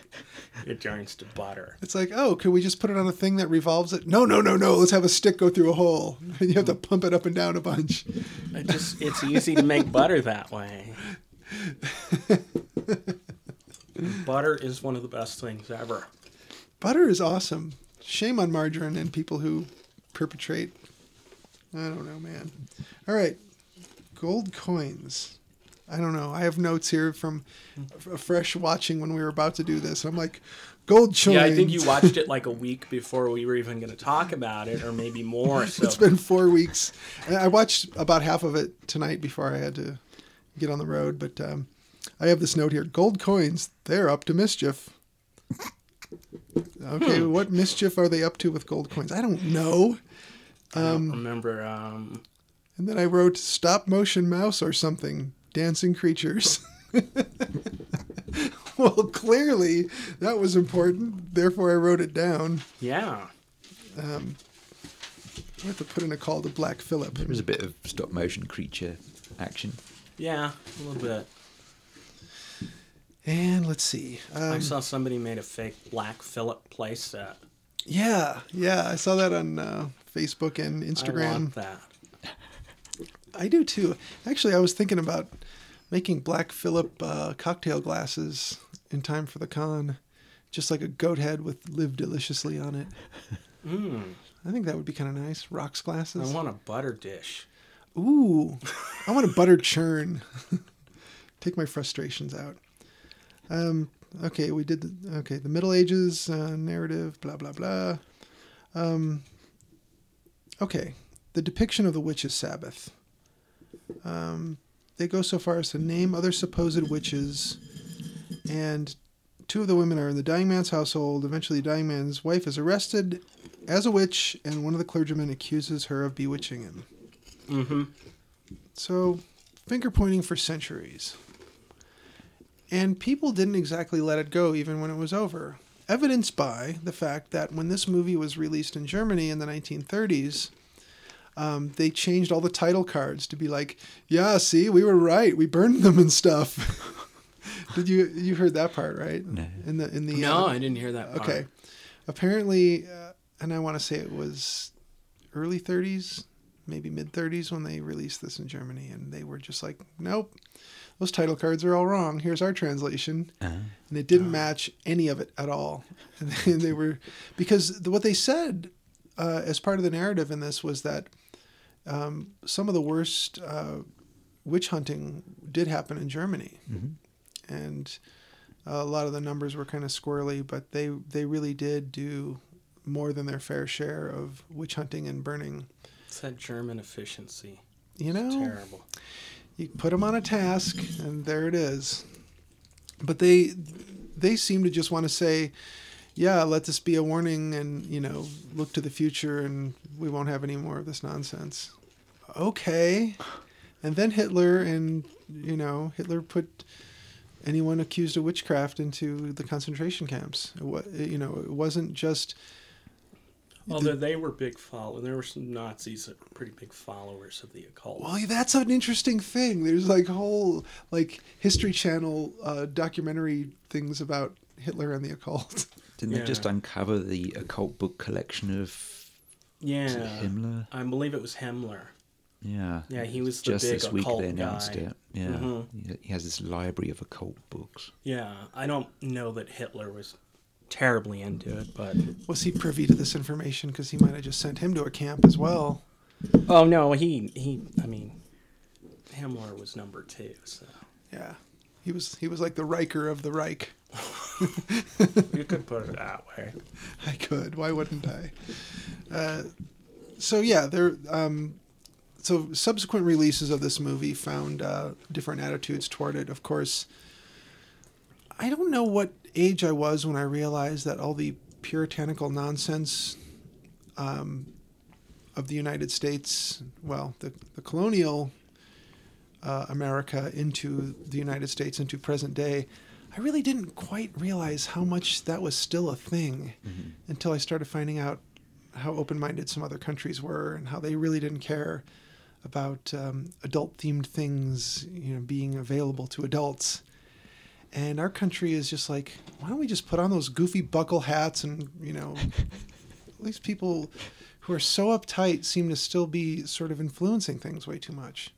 A: it turns to butter.
C: It's like, oh, can we just put it on a thing that revolves it? No, no, no, no. Let's have a stick go through a hole, and you have to pump it up and down a bunch.
A: It just, it's easy to make butter that way. butter is one of the best things ever.
C: butter is awesome. Shame on margarine and people who perpetrate. I don't know, man. All right, gold coins. I don't know. I have notes here from f- fresh watching when we were about to do this. I'm like, gold coins.
A: Yeah, I think you watched it like a week before we were even going to talk about it, or maybe more. So
C: It's been four weeks. And I watched about half of it tonight before I had to get on the road. But um, I have this note here: gold coins. They're up to mischief. Okay,
A: Hmm.
C: what mischief are they up to with gold coins? I don't know.
A: I don't remember. Um,
C: And then I wrote stop motion mouse or something, dancing creatures. well, clearly that was important. Therefore, I wrote it down.
A: yeah,
C: I have to put in a call to Black Phillip.
B: There was a bit of stop motion creature action.
A: yeah, a little bit.
C: And let's see.
A: I
C: Um,
A: saw somebody made a fake Black Phillip playset.
C: yeah, yeah, I saw that on uh, Facebook and
A: I
C: Instagram.
A: want that.
C: I do too. Actually, I was thinking about making Black Phillip uh, cocktail glasses in time for the con, just like a goat head with "Live Deliciously" on it. I think that would be kind of nice. Rocks
A: I
C: glasses.
A: want a butter dish.
C: Ooh, I want a butter churn. Take my frustrations out. Um, okay, we did. The, okay, the Middle Ages uh, narrative. Blah blah blah. Um, okay, the depiction of the witches' Sabbath. Um, they go so far as to name other supposed witches, and two of the women are in the dying man's household. Eventually, the dying man's wife is arrested as a witch, and one of the clergymen accuses her of bewitching him.
A: Mm-hmm.
C: So, finger pointing for centuries. And people didn't exactly let it go even when it was over. Evidenced by the fact that when this movie was released in Germany in the 1930s, um, they changed all the title cards to be like, "Yeah, see, we were right. We burned them and stuff." Did you you heard that part right?
B: No.
C: In the in the uh,
A: No, I didn't hear that. Part.
C: Okay. Apparently, uh, and I want to say it was early 30s, maybe mid 30s when they released this in Germany, and they were just like, nope, those title cards are all wrong. Here's our translation.
A: Uh-huh.
C: And it didn't match any of it at all. And they, they were, because what they said uh, as part of the narrative in this was that um, some of the worst
A: Mm-hmm.
C: uh, witch hunting did happen in Germany. And a lot of the numbers were kind of squirrely, but they they really did do more than their fair share of witch hunting and burning.
A: It's that German efficiency.
C: You know,
A: Terrible.
C: you put them on a task and there it is but they they seem to just want to say yeah let this be a warning and you know look to the future and we won't have any more of this nonsense okay and then hitler and you know hitler put anyone accused of witchcraft into the concentration camps it wa- you know it wasn't just
A: Although they were big follow, there were some Nazis that were pretty big followers of the occult.
C: Well, that's an interesting thing. There's like whole like History Channel uh, documentary things about Hitler and the occult.
B: Didn't they just
A: Yeah.
B: uncover the occult book collection of
A: yeah,
B: is it Himmler?
A: I believe it was Himmler.
B: Yeah.
A: Yeah, he was the
B: just
A: big
B: this week
A: occult
B: they announced
A: guy. Mm-hmm.
B: it. Yeah. He- He has this library of occult books.
A: Yeah, I don't know that Hitler was terribly into it, but
C: Was he privy to this information? Because he might have just sent him to a camp as well.
A: oh no, he he. I mean, Himmler was number two. So
C: Yeah, he was. He was like the Riker of the Reich.
A: you could put it that way.
C: I could. Why wouldn't I? Uh, so yeah, there. Um, so subsequent releases of this movie found uh, different attitudes toward it. Of course, I don't know what age I was when I realized that all the puritanical nonsense um, of the United States, well, the, the colonial uh, America into the United States into present day, I really didn't quite realize how much that was still a thing until I started finding out how open minded some other countries were and how they really didn't care about um, adult themed things you know being available to adults. And our country is just like, why don't we just put on those goofy buckle hats and you know, at least people who are so uptight seem to still be sort of influencing things way too much.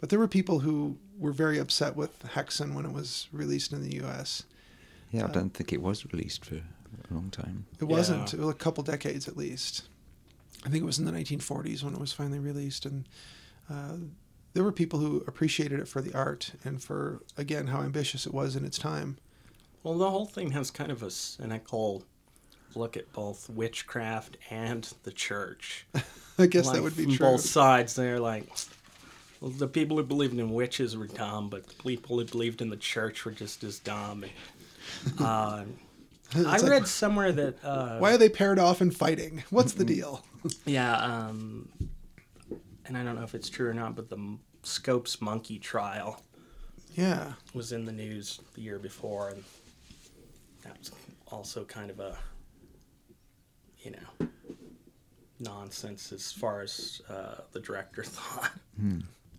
C: But there were people who were very upset with Hexen when it was released in the U.S.
B: Yeah, I don't think it was released for a long time.
C: It wasn't. It was a couple decades at least. I think it was in the 1940s when it was finally released, and uh, there were people who appreciated it for the art and for again how ambitious it was in its time.
A: Well, the whole thing has kind of a cynical look at both witchcraft and the church.
C: I guess
A: Like,
C: that would be
A: from
C: true.
A: Both sides, they're like, well, the people who believed in witches were dumb, but people who believed in the church were just as dumb. And, uh, I
C: It's like,
A: read somewhere that uh,
C: Why are they paired off and fighting? What's
A: Mm-hmm.
C: the deal?
A: yeah, um, and I don't know if it's true or not, but the M- Scopes monkey trial
C: yeah,
A: was in the news the year before, and that was also kind of a, you know, nonsense as far as uh, the director thought.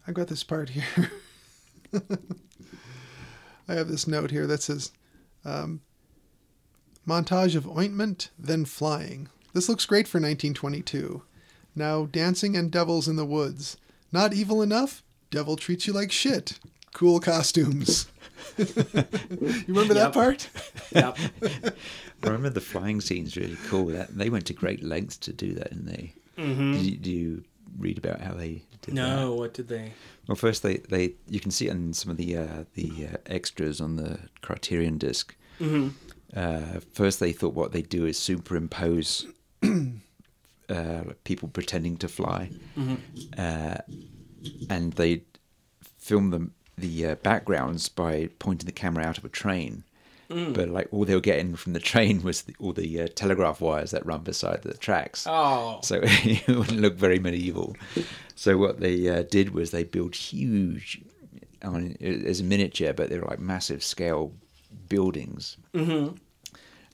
C: I've got this part here. I have this note here that says, um, "Montage of ointment, then flying. This looks great for 1922. Now dancing and devils in the woods. Not evil enough. Devil treats you like shit. Cool costumes. you remember that
A: Yep.
C: part?
A: Yep.
B: I remember the flying scene's really cool. That they went to great lengths to do that, didn't they? Did, you, do you read about how they
A: Mm-hmm.
B: did that?
A: No, what did they?
B: Well, first they, they you can see it in some of the uh, the uh, extras on the Criterion disk Uh, first, they thought what they do is superimpose uh, people pretending to fly, uh, and they film them the uh, backgrounds by pointing the camera out of a train. But like all they were getting from the train was the, all the uh, telegraph wires that run beside the tracks
A: Oh,
B: so it wouldn't look very medieval. So what they uh, did was they built huge, I mean, it- it's a miniature, but they were like massive scale buildings. Mm-hmm.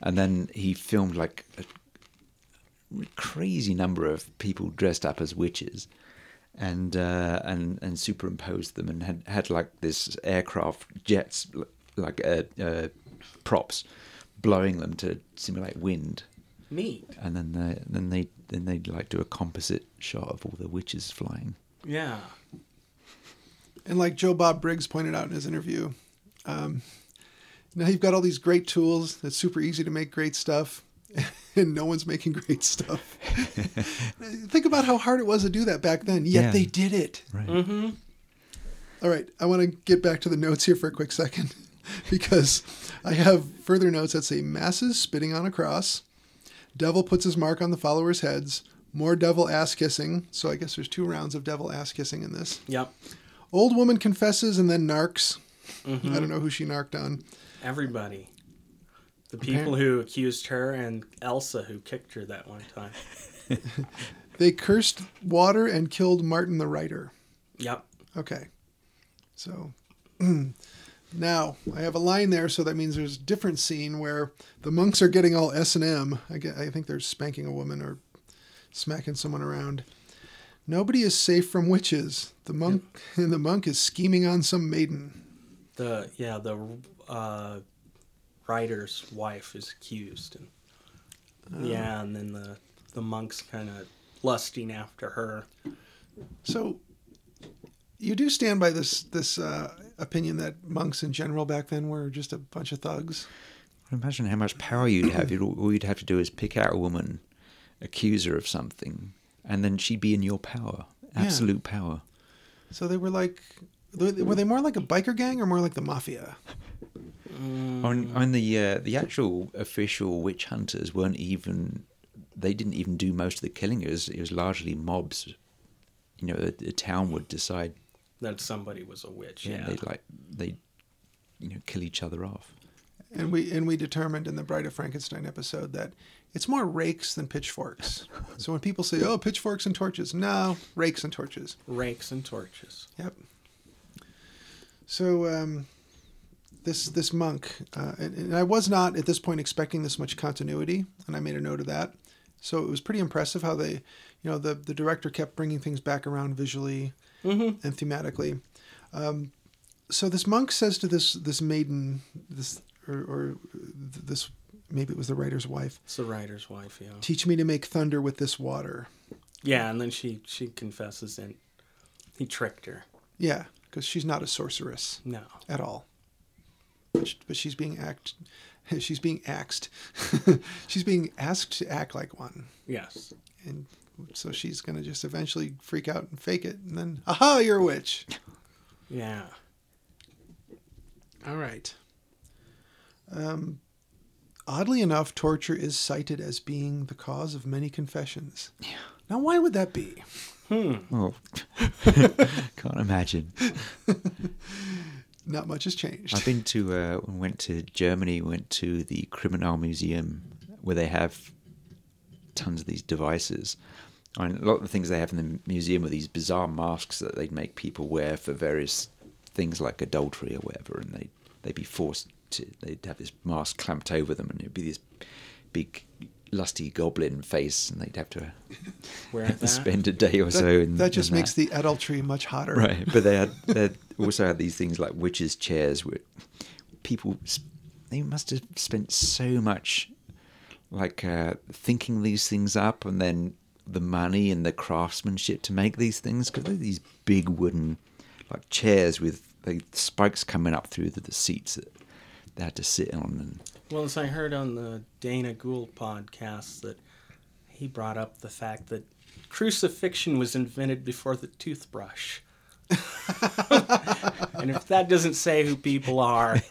B: And then he filmed like a crazy number of people dressed up as witches. And uh, and and superimposed them and had, had like this aircraft jets l- like uh, uh, props blowing them to simulate wind
A: neat.
B: and then they then they then they'd like do a composite shot of all the witches flying.
A: Yeah.
C: And like Joe Bob Briggs pointed out in his interview, um, now you've got all these great tools. It's super easy to make great stuff, and no one's making great stuff. Think about how hard it was to do that back then, yet
B: Yeah.
C: they did it.
B: Right.
C: All right, I want to get back to the notes here for a quick second. because I have further notes that say masses spitting on a cross, devil puts his mark on the followers' heads, more devil ass kissing. So I guess there's two rounds of devil ass kissing in this.
A: Yep.
C: Old woman confesses and then narcs. I don't know who she narked on.
A: Everybody. The people who accused her and Elsa who kicked her that one time.
C: They cursed water and killed Martin the writer.
A: Yep.
C: Okay. So now I have a line there, so that means there's a different scene where the monks are getting all S and M. I get- I think they're spanking a woman or smacking someone around. Nobody is safe from witches. The monk and the monk is scheming on some maiden.
A: The yeah, the uh writer's wife is accused and
B: Oh.
A: Yeah, and then the the monk's kinda lusting after her.
C: So you do stand by this this uh, opinion that monks in general back then were just a bunch of thugs.
B: Imagine how much power you'd have. You'd, all you'd have to do is pick out a woman, accuse her of something, and then she'd be in your power. Absolute power.
C: So they were like, were they more like a biker gang or more like the mafia?
B: On, on the uh, the actual official witch hunters weren't even they didn't even do most of the killing. It was it was largely mobs. You know, a, a town would decide
A: That somebody was a witch.
B: yeah.
A: Yeah.
B: they like they you know kill each other off.
C: And we and we determined in the Bride of Frankenstein episode that it's more rakes than pitchforks. so when people say, "Oh, pitchforks and torches," no, rakes and torches.
A: Rakes and torches.
C: Yep. So um, this this monk, uh, and, and I was not at this point expecting this much continuity, and I made a note of that. So it was pretty impressive how they, you know, the the director kept bringing things back around visually and thematically. Um, so this monk says to this this maiden, this or, or this maybe it was the writer's wife,
A: It's the writer's wife, yeah.
C: teach me to make thunder with this water.
A: Yeah, and then she she confesses and he tricked her.
C: Yeah, because she's not a sorceress.
A: No.
C: at all. But, sh- but she's being act, she's being axed, she's being asked to act like one,
A: Yes.
C: and so she's gonna just eventually freak out and fake it, and then aha, you're a witch.
A: Yeah.
C: All right. Um, oddly enough, torture is cited as being the cause of many confessions. Yeah. Now, why would that be?
B: Oh, can't imagine.
C: Not much has changed.
B: I've been to uh, we went to Germany. we Went to the Criminal Museum where they have tons of these devices. I mean, a lot of the things they have in the museum are these bizarre masks that they'd make people wear for various things like adultery or whatever, and they they'd be forced to they'd have this mask clamped over them, and it'd be this big lusty goblin face, and they'd have to
A: Wear that.
B: spend a day or
C: that,
B: so. In,
C: that just
B: in
C: makes the adultery much hotter.
B: Right, but they had they also had these things like witches' chairs, where people s- they must have spent so much like uh, thinking these things up, and then the money and the craftsmanship to make these things because they're these big wooden like chairs with like spikes coming up through the, the seats that they had to sit on.
A: Well, as I heard on the Dana Gould podcast, that he brought up the fact that crucifixion was invented before the toothbrush. and if that doesn't say who people are,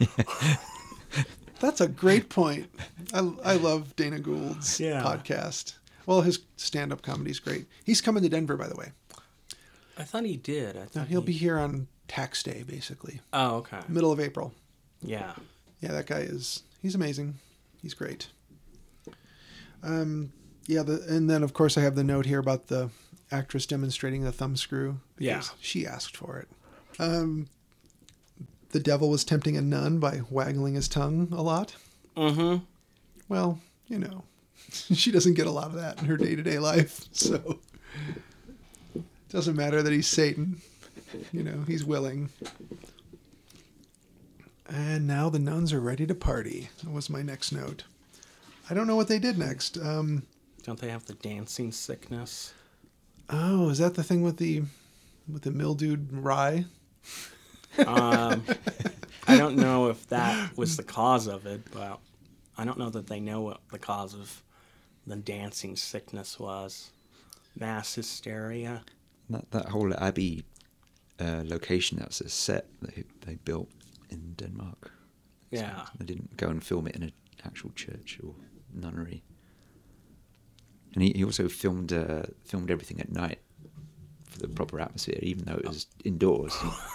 C: That's a great point. I, I love Dana Gould's
A: Yeah.
C: podcast. Well, his stand up comedy's great. He's coming to Denver, by the way.
A: I thought he did. I
C: Now,
A: thought
C: Uh, he'll
A: he-
C: be here on tax day, basically,
A: Oh, okay.
C: middle of April.
A: Yeah.
C: Yeah, that guy is, he's amazing. He's great. Um, yeah, the, and then, of course, I have the note here about the actress demonstrating the thumb screw. because
A: Yeah.
C: She asked for it. Um, the devil was tempting a nun by waggling his tongue a lot.
A: Mm-hmm.
C: well, you know, she doesn't get a lot of that in her day to day life. So it doesn't matter that he's Satan. You know, he's willing. And now the nuns are ready to party, was my next note. I don't know what they did next. Um,
A: Don't they have the dancing sickness?
C: oh, is that the thing with the with the mildewed rye?
A: Um, I don't know if that was the cause of it, but I don't know that they know what the cause of the dancing sickness was. Mass hysteria.
B: And that that whole abbey uh, location that's a set that they built in Denmark.
A: Yeah.
B: They didn't go and film it in an actual church or nunnery. And he, he also filmed uh, filmed everything at night for the proper atmosphere, even though it was indoors.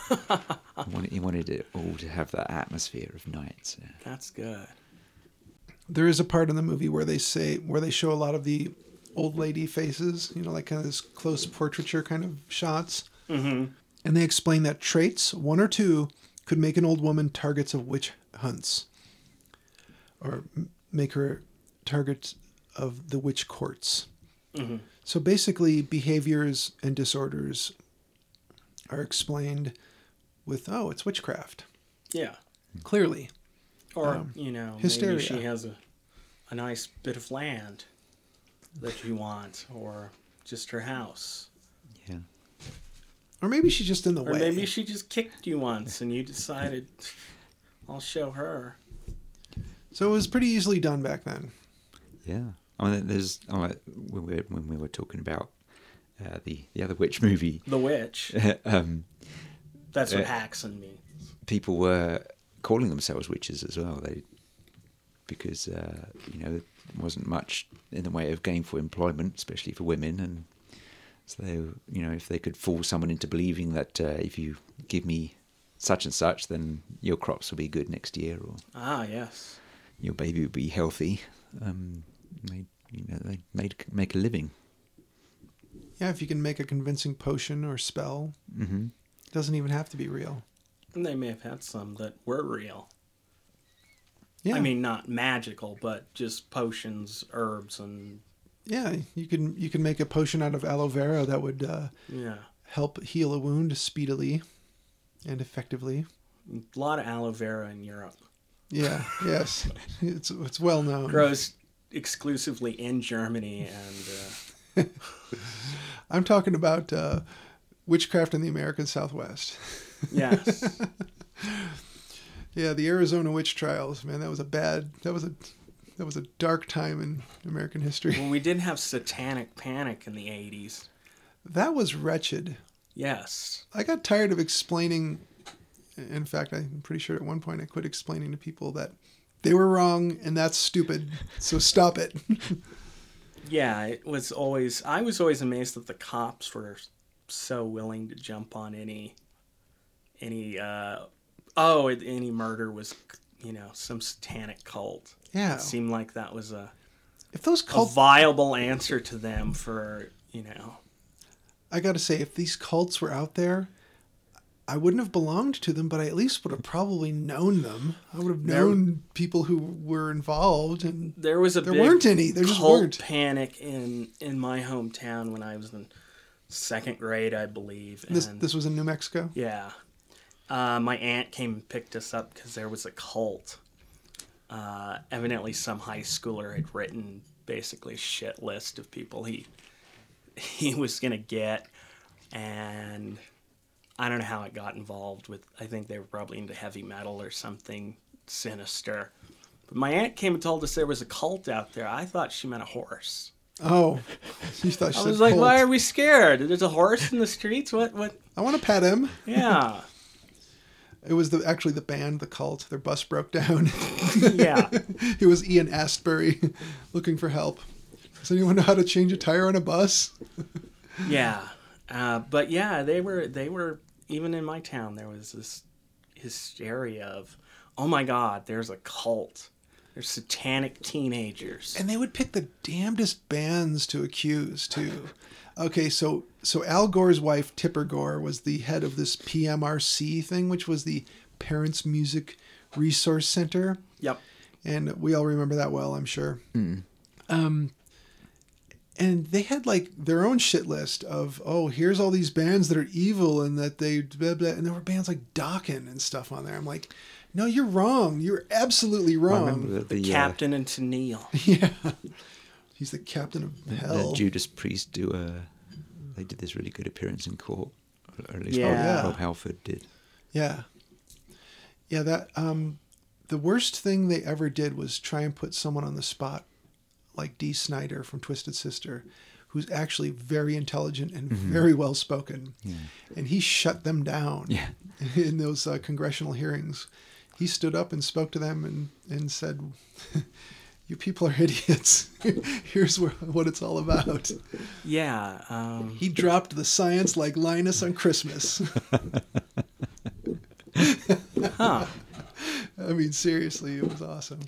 B: He, he wanted, he wanted it all to have that atmosphere of night. So.
D: That's good.
C: There is a part in the movie where they say where they show a lot of the old lady faces, you know, like kind of this close portraiture kind of shots. Mm-hmm. And they explain that traits, one or two, could make an old woman targets of witch hunts, or m- make her targets of the witch courts.
A: Mm-hmm.
C: So basically, behaviors and disorders are explained with, oh, it's witchcraft.
A: Yeah.
C: Clearly,
A: Or, you know,
C: hysteria.
A: maybe she has a, a nice bit of land that you want, or just her house.
B: Yeah.
C: or maybe she's just in the
A: Or
C: way.
A: maybe she just kicked you once and you decided, I'll show her.
C: So it was pretty easily done back then.
B: Yeah, I mean, there's I mean, when we when we were talking about uh, the the other witch movie,
A: The witch.
B: um,
A: That's what
B: Yeah.
A: Haxon means.
B: people were calling themselves witches as well. They because uh, you know there wasn't much in the way of gainful employment, especially for women, and so you know if they could fool someone into believing that uh, if you give me such and such, then your crops will be good next year, or
A: Ah, yes.
B: your baby would be healthy. Um, they you know they made make a living.
C: Yeah, if you can make a convincing potion or spell,
B: hmm
C: it doesn't even have to be real.
A: And they may have had some that were real.
C: Yeah,
A: I mean, not magical, but just potions, herbs, and
C: yeah, you can you can make a potion out of aloe vera that would uh,
A: yeah,
C: help heal a wound speedily and effectively.
A: a lot of aloe vera in Europe.
C: Yeah, yes, it's it's well known.
A: Grows exclusively in Germany, and uh,
C: I'm talking about uh, witchcraft in the American Southwest.
A: uh, yes,
C: Yeah, the Arizona witch trials, man, that was a bad, that was a that was a dark time in American history.
A: well, we did have satanic panic in the '80s.
C: That was wretched.
A: Yes,
C: I got tired of explaining. In fact, I'm pretty sure at one point I quit explaining to people that they were wrong and that's stupid. So stop it.
A: yeah, it was always. I was always amazed that the cops were so willing to jump on any, any. uh Oh, any murder was, you know, some satanic cult.
C: Yeah.
A: It seemed like that was a.
C: If those
A: a
C: cults,
A: viable answer to them for you know
C: I gotta say, if these cults were out there, I wouldn't have belonged to them, but I at least would have probably known them. I would have
A: There-
C: known people who were involved, and
A: there was a
C: There
A: big
C: weren't any. There just
A: cult
C: weren't.
A: panic in in my hometown when I was in second grade I believe and
C: this this was in New Mexico.
A: yeah uh, my aunt came and picked us up because there was a cult uh, evidently some high schooler had written basically a shit list of people he he was gonna get and I don't know how it got involved with. I think they were probably into heavy metal or something sinister. But my aunt came and told us there was a cult out there. I thought she meant a horse.
C: Oh, you thought she
A: I
C: said
A: was like,
C: cult.
A: why are we scared? There's a horse in the streets. What? What?
C: I want to pet him.
A: Yeah,
C: It was the actually the band, the cult. Their bus broke down.
A: yeah.
C: it was Ian Astbury looking for help. Does anyone know how to change a tire on a bus?
A: yeah uh, but yeah they were they were even in my town there was this hysteria of oh my god there's a cult there's satanic teenagers
C: And they would pick the damnedest bands to accuse too. Okay, so so Al Gore's wife Tipper Gore was the head of this PMRC thing, which was the Parents Music Resource Center,
A: yep
C: and we all remember that well, I'm sure. Um,
B: Mm.
C: and they had like their own shit list of oh, here's all these bands that are evil and that they blah blah, and there were bands like Dokken and stuff on there. I'm like, no, you're wrong. You're absolutely
B: I
C: wrong.
B: remember that the, uh,
A: captain and Tennille.
C: Yeah. He's the captain of hell.
B: the Judas Priest do a. They did this really good appearance in court, or at least Rob-
A: Yeah.
B: Rob, Halford did.
C: Yeah. Yeah, that um the worst thing they ever did was try and put someone on the spot like Dee Snyder from Twisted Sister, who's actually very intelligent and very well spoken. And he shut them down
B: Yeah.
C: in those uh, congressional hearings. he stood up and spoke to them and, and said, You people are idiots. Here's where, what it's all about.
A: Yeah. Um,
C: He dropped the science like Linus on Christmas.
A: huh.
C: I mean, seriously, it was awesome.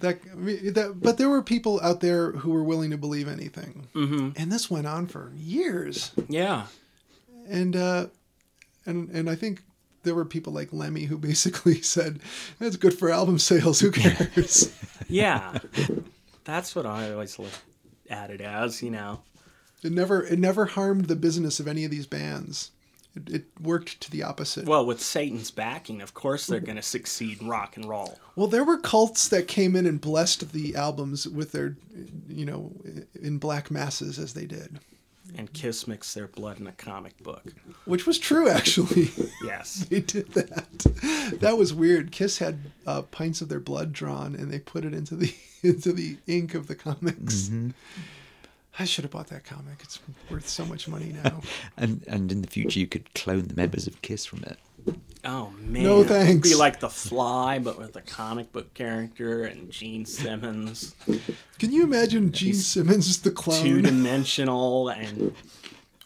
C: That, I mean, that, but there were people out there who were willing to believe anything, mm-hmm. and this went on for years.
A: Yeah.
C: and uh, and and I think there were people like Lemmy who basically said, "That's good for album sales. Who cares?"
A: Yeah. That's what I always look at it as, you know.
C: it never it never harmed the business of any of these bands. It, it worked to the opposite. Well,
A: Well, with Satan's backing, of course they're going to succeed in rock and roll.
C: there were cults that came in and blessed the albums with their, you know, in black masses as they did,
A: And Kiss mixed their blood in a comic book.
C: which was true actually.
A: Yes.
C: they did that. That was weird. Kiss had uh, pints of their blood drawn, and they put it into the into the ink of the comics. I should have bought that comic. It's worth so much money now.
B: And and in the future, you could clone the members of Kiss from it.
A: Oh man.
C: No thanks.
A: Be like the Fly, but with a comic book character and Gene Simmons,
C: Can you imagine Gene Simmons as the
A: two
C: clown?
A: dimensional and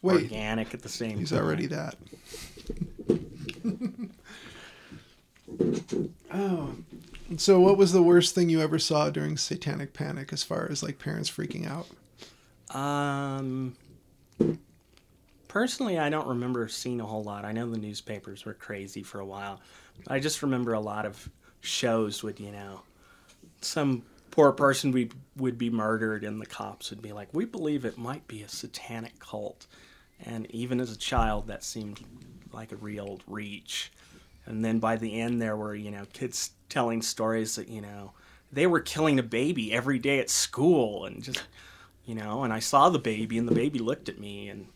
C: Wait,
A: organic at the same.
C: he's
A: time.
C: already that. oh. So, what was the worst thing you ever saw during Satanic Panic, as far as like parents freaking out?
A: Um, personally, I don't remember seeing a whole lot. I know the newspapers were crazy for a while. I just remember a lot of shows would, you know, some poor person would, would be murdered, and the cops would be like, We believe it might be a satanic cult. And even as a child, that seemed like a real reach. And then by the end, there were, you know, kids telling stories that, you know, they were killing a baby every day at school and just you know, and I saw the baby, and the baby looked at me, and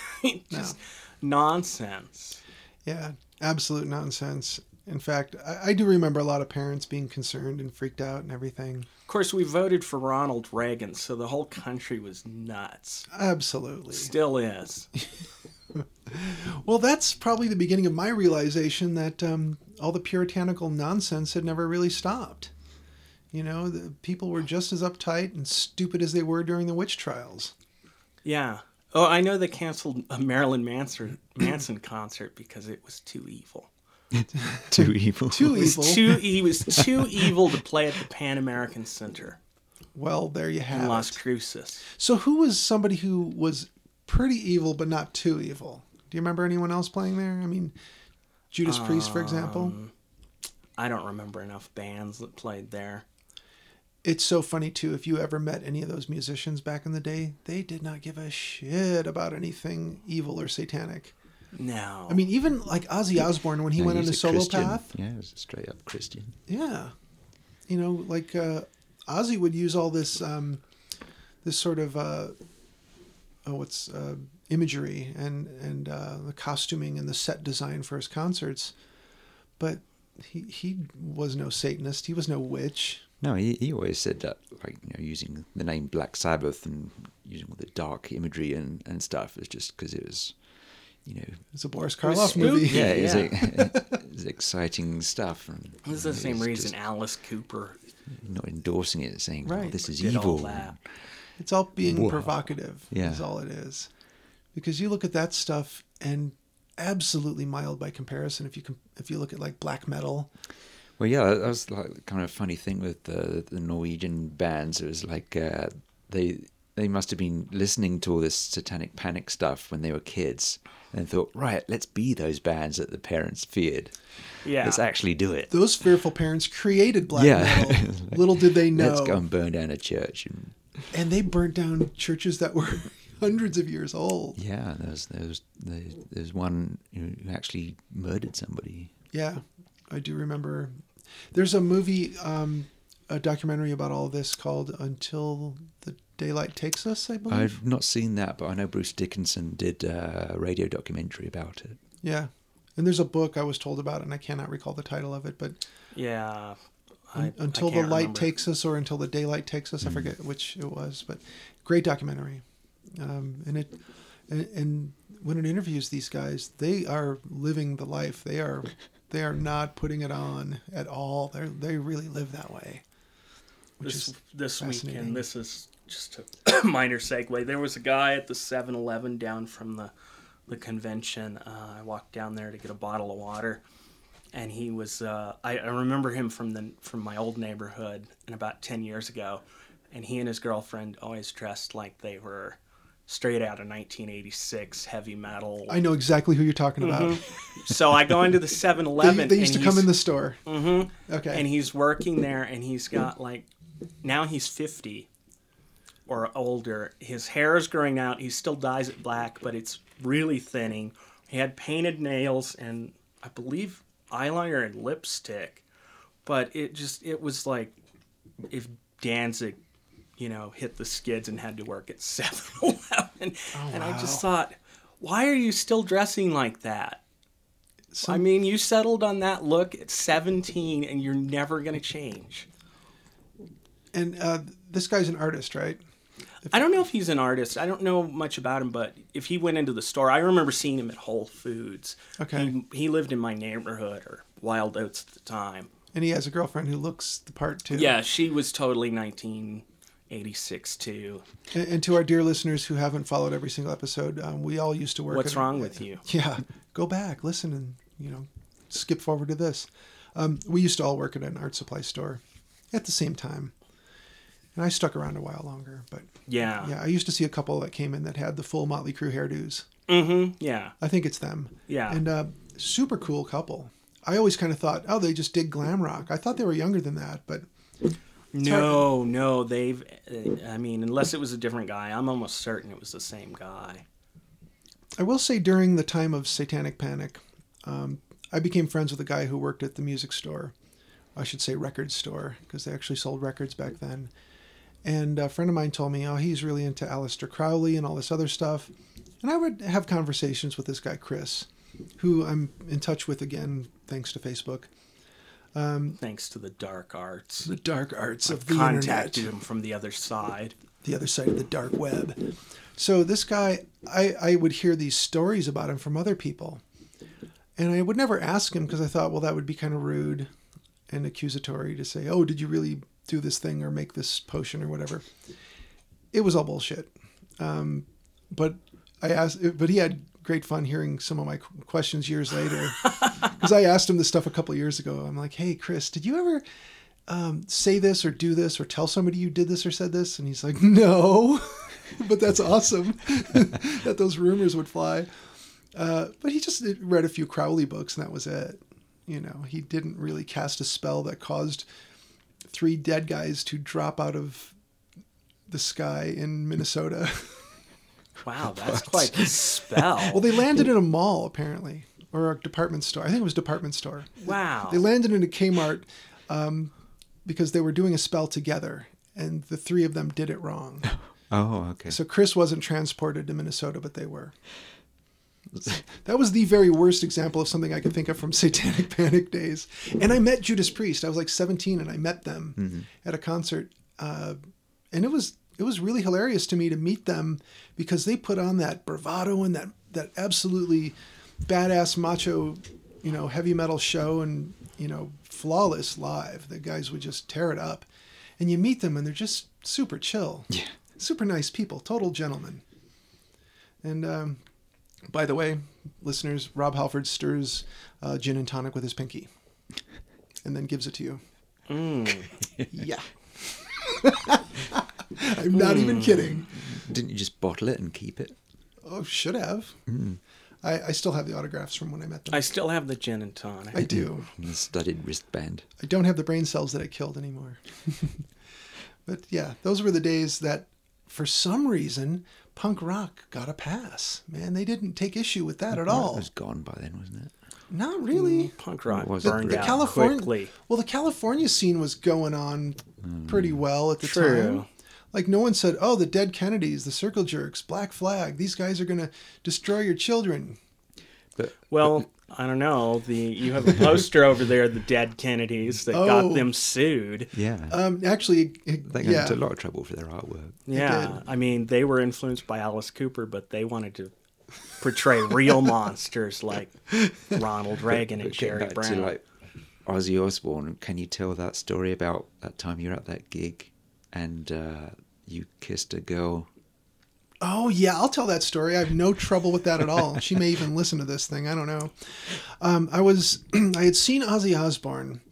A: just nonsense.
C: Yeah, absolute nonsense. In fact, I, I do remember a lot of parents being concerned and freaked out and everything.
A: Of course, we voted for Ronald Reagan, so the whole country was nuts.
C: Absolutely.
A: Still is.
C: Well, that's probably the beginning of my realization that um, all the puritanical nonsense had never really stopped. You know, the people were just as uptight and stupid as they were during the witch trials.
A: Yeah. Oh, I know they canceled a Marilyn Manson, Manson concert because it was too evil.
B: Too evil.
C: Too
A: It was
C: evil.
A: too, he was too evil to play at the Pan American Center
C: Well, there you
A: in
C: have
A: Las
C: it.
A: Cruces.
C: So, who was somebody who was pretty evil but not too evil? Do you remember anyone else playing there? I mean, Judas Priest, for example.
B: Um,
A: I don't remember enough bands that played there.
C: it's so funny too if you ever met any of those musicians back in the day they did not give a shit about anything evil or satanic
A: No.
C: i mean even like ozzy osbourne when he
B: No,
C: went on
B: Oh. he's
C: his
B: a
C: solo
B: Christian.
C: path
B: Yeah, he's a straight up Christian.
C: yeah you know like uh, ozzy would use all this um, this sort of uh, oh what's uh, imagery and and uh, the costuming and the set design for his concerts but he, he was no satanist he was no witch
B: No, he, he always said that, like, you know, using the name Black Sabbath and using all the dark imagery and, and stuff is just because it was, you know,
C: it's a boris
A: was
C: karloff
A: spooky.
C: movie
B: yeah, it was,
A: Yeah.
B: it was exciting stuff. And,
A: this is the
B: you know,
A: same
B: it's
A: reason
B: just
A: Alice Cooper
B: Not endorsing it, saying, oh,
C: Right.
B: this is
A: did all
B: evil.
A: that.
C: It's all being
B: Wow.
C: provocative.
B: Yeah.
C: is all it is. Because you look at that stuff and absolutely mild by comparison. If you com- if you look at like black metal,
B: Well, yeah, that was like kind of a funny thing with the the Norwegian bands. It was like uh, they they must have been listening to all this satanic panic stuff when they were kids, and thought, right, let's be those bands that the parents feared.
A: Yeah.
B: Let's actually do it.
C: those fearful parents created black
B: Yeah.
C: metal. Little did they know,
B: Let's go and burn down a church. And
C: and they burnt down churches that were hundreds of years old.
B: yeah, there was there was there- there's one who actually murdered somebody.
C: Yeah, I do remember. There's a movie, um, a documentary about all this called "Until the Daylight Takes Us," I believe.
B: I've not seen that, but I know Bruce Dickinson did uh, a radio documentary about it.
C: Yeah, and there's a book I was told about, and I cannot recall the title of it, but
A: Yeah. I- I
C: until the
A: can't
C: light
A: remember. Mm-hmm.
C: takes us or until the daylight takes us i forget which it was but great documentary um, and it and, and when it interviews these guys they are living the life they are They are not putting it on at all. They they really live that way. Which
A: this
C: is
A: this
C: fascinating.
A: weekend. This is just a minor segue. There was a guy at the 7-Eleven down from the the convention. Uh, I walked down there to get a bottle of water, and he was. Uh, I, I remember him from the from my old neighborhood, and about ten years ago, and he and his girlfriend always dressed like they were straight out of 1986 heavy metal.
C: I know exactly who you're talking about.
A: so I go into the 7-Eleven.
C: They, they used
A: Mm-hmm. and
C: to come
A: he's-
C: in the store. Mm-hmm. Okay.
A: and he's working there and he's got like now he's 50 or older his hair is growing out he still dyes it black but it's really thinning he had painted nails and i believe eyeliner and lipstick but it just it was like if danzig you know hit the skids and had to work at 7-eleven and i just thought why are you still dressing like that I
C: Some-
A: mean, you settled on that look at 17 and you're never going to change.
C: and uh, this guy's an artist, right?
A: I don't know if he's an artist. I don't know much about him, but if he went into the store, I remember seeing him at Whole Foods.
C: Okay.
A: He, he lived in my neighborhood or Wild Oats at the time.
C: And he has a girlfriend who looks the part too.
A: Yeah, she was totally 1986 too.
C: And, and to our dear listeners who haven't followed every single episode, um, we all used to work.
A: What's
C: at-
A: wrong with you?
C: Yeah, go back, listen, and you know, skip forward to this. Um, we used to all work at an art supply store at the same time, and I stuck around a while longer. But
A: Yeah.
C: yeah, I used to see a couple that came in that had the full Motley Crue hairdos.
A: Mm-hmm. Yeah.
C: I think it's them.
A: Yeah.
C: and uh, super cool couple. I always kind of thought, oh, they just did glam rock. I thought they were younger than that, but
A: No, no, they've. uh, I mean, unless it was a different guy, I'm almost certain it was the same guy.
C: I will say during the time of Satanic Panic, um, I became friends with a guy who worked at the music store. I should say record store because they actually sold records back then. And a friend of mine told me, oh, he's really into Aleister Crowley and all this other stuff. And I would have conversations with this guy, Chris, who I'm in touch with again, thanks to Facebook.
A: Thanks to the dark arts.
C: The dark arts of the internet.
A: contacted him from the other side.
C: the other side of the dark web. So this guy, I, I would hear these stories about him from other people. And I would never ask him because I thought, well, that would be kind of rude and accusatory to say, oh, did you really do this thing or make this potion or whatever? It was all bullshit. Um, but I asked, but he had great fun hearing some of my qu- questions years later because I asked him this stuff a couple years ago. I'm like, hey, Chris, did you ever say this or do this or tell somebody you did this or said this? And he's like, no, but that's awesome that those rumors would fly. Uh, but he just read a few Crowley books and that was it. You know, he didn't really cast a spell that caused three dead guys to drop out of the sky in Minnesota.
A: Wow, that's quite a spell.
C: well, they landed in a mall apparently, or a department store. I think it was department store.
A: wow.
C: They landed in a Kmart um, because they were doing a spell together, and the three of them did it wrong.
B: Oh, okay.
C: So Chris wasn't transported to Minnesota, but they were. That was the very worst example of something I could think of from Satanic Panic days. And I met Judas Priest. I was like 17, and I met them at a concert, uh, and it was it was really hilarious to me to meet them because they put on that bravado and that that absolutely badass macho, you know, heavy metal show, and you know, flawless live. The guys would just tear it up, and you meet them, and they're just super chill, yeah. super nice people, total gentlemen. And um, by the way, listeners, Rob Halford stirs uh, gin and tonic with his pinky and then gives it to you. yeah. I'm not even kidding.
B: Didn't you just bottle it and keep it?
C: Oh, should have.
B: Hmm.
C: I, I still have the autographs from when I met them.
A: I still have the gin and tonic.
C: I do.
B: And the studded wristband.
C: I don't have the brain cells that it killed anymore. but yeah, those were the days that, for some reason, punk rock got a pass. Man, they didn't take issue with that at
B: It
C: all.
B: was gone by then, wasn't it?
C: Not really.
A: Punk rock
B: Was it
A: Mm, burned
B: the
A: out
C: California,
A: quickly.
C: Well, the California scene was going on
B: Mm.
C: pretty well at the
A: True.
C: time. Like no one said, "Oh, the Dead Kennedys, the Circle Jerks, Black Flag. These guys are gonna destroy your children."
B: But
A: Well, I don't know. The you have a poster over there, the dead Kennedys that
C: Oh.
A: got them sued.
B: yeah,
C: Um, actually, it-
B: they got
C: yeah,
B: into a lot of trouble for their artwork.
A: Yeah, I mean they were influenced by Alice Cooper, but they wanted to
E: portray real monsters like Ronald Reagan and
B: But getting
E: Jerry
B: back
E: Brown.
B: to like Ozzy Osbourne, can you tell that story about that time you were at that gig and uh, you kissed a girl?
C: Oh yeah, I'll tell that story. I have no trouble with that at all. She may even listen to this thing. I don't know. Um, I was I had seen Ozzy Osbourne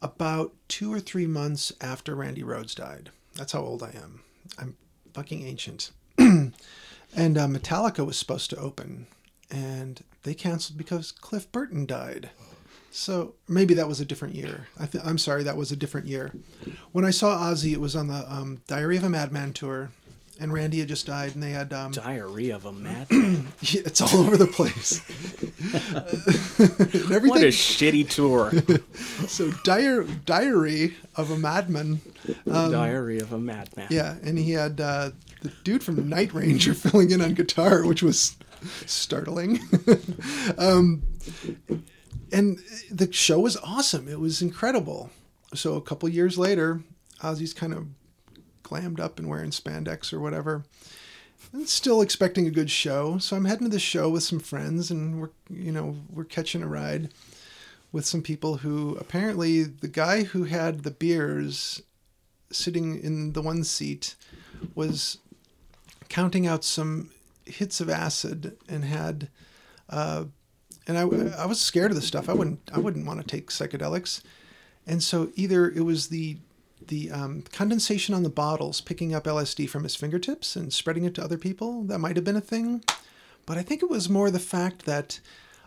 C: about two or three months after Randy Rhodes died. That's how old I am. I'm fucking ancient. and uh, Metallica was supposed to open, and they canceled because Cliff Burton died. So maybe that was a different year. I th- I'm sorry, that was a different year. When I saw Ozzy, it was on the um, Diary of a Madman tour, and Randy had just died, and they had um,
E: Diarrhea of a madman.
C: yeah, it's all over the place. And everything.
E: what a shitty tour.
C: so dire, diary of a madman.
E: Diarrhea of a madman.
C: Um, Yeah, and he had uh, the dude from Night Ranger filling in on guitar, which was startling. um, and the show was awesome. It was incredible. So a couple years later, Ozzy's kind of glammed up and wearing spandex or whatever. And still expecting a good show. So I'm heading to the show with some friends and we're you know, we're catching a ride with some people who apparently the guy who had the beers sitting in the one seat was counting out some hits of acid and had uh, and I, I was scared of this stuff I wouldn't I wouldn't want to take psychedelics and so either it was the the um, condensation on the bottles picking up LSD from his fingertips and spreading it to other people that might have been a thing but I think it was more the fact that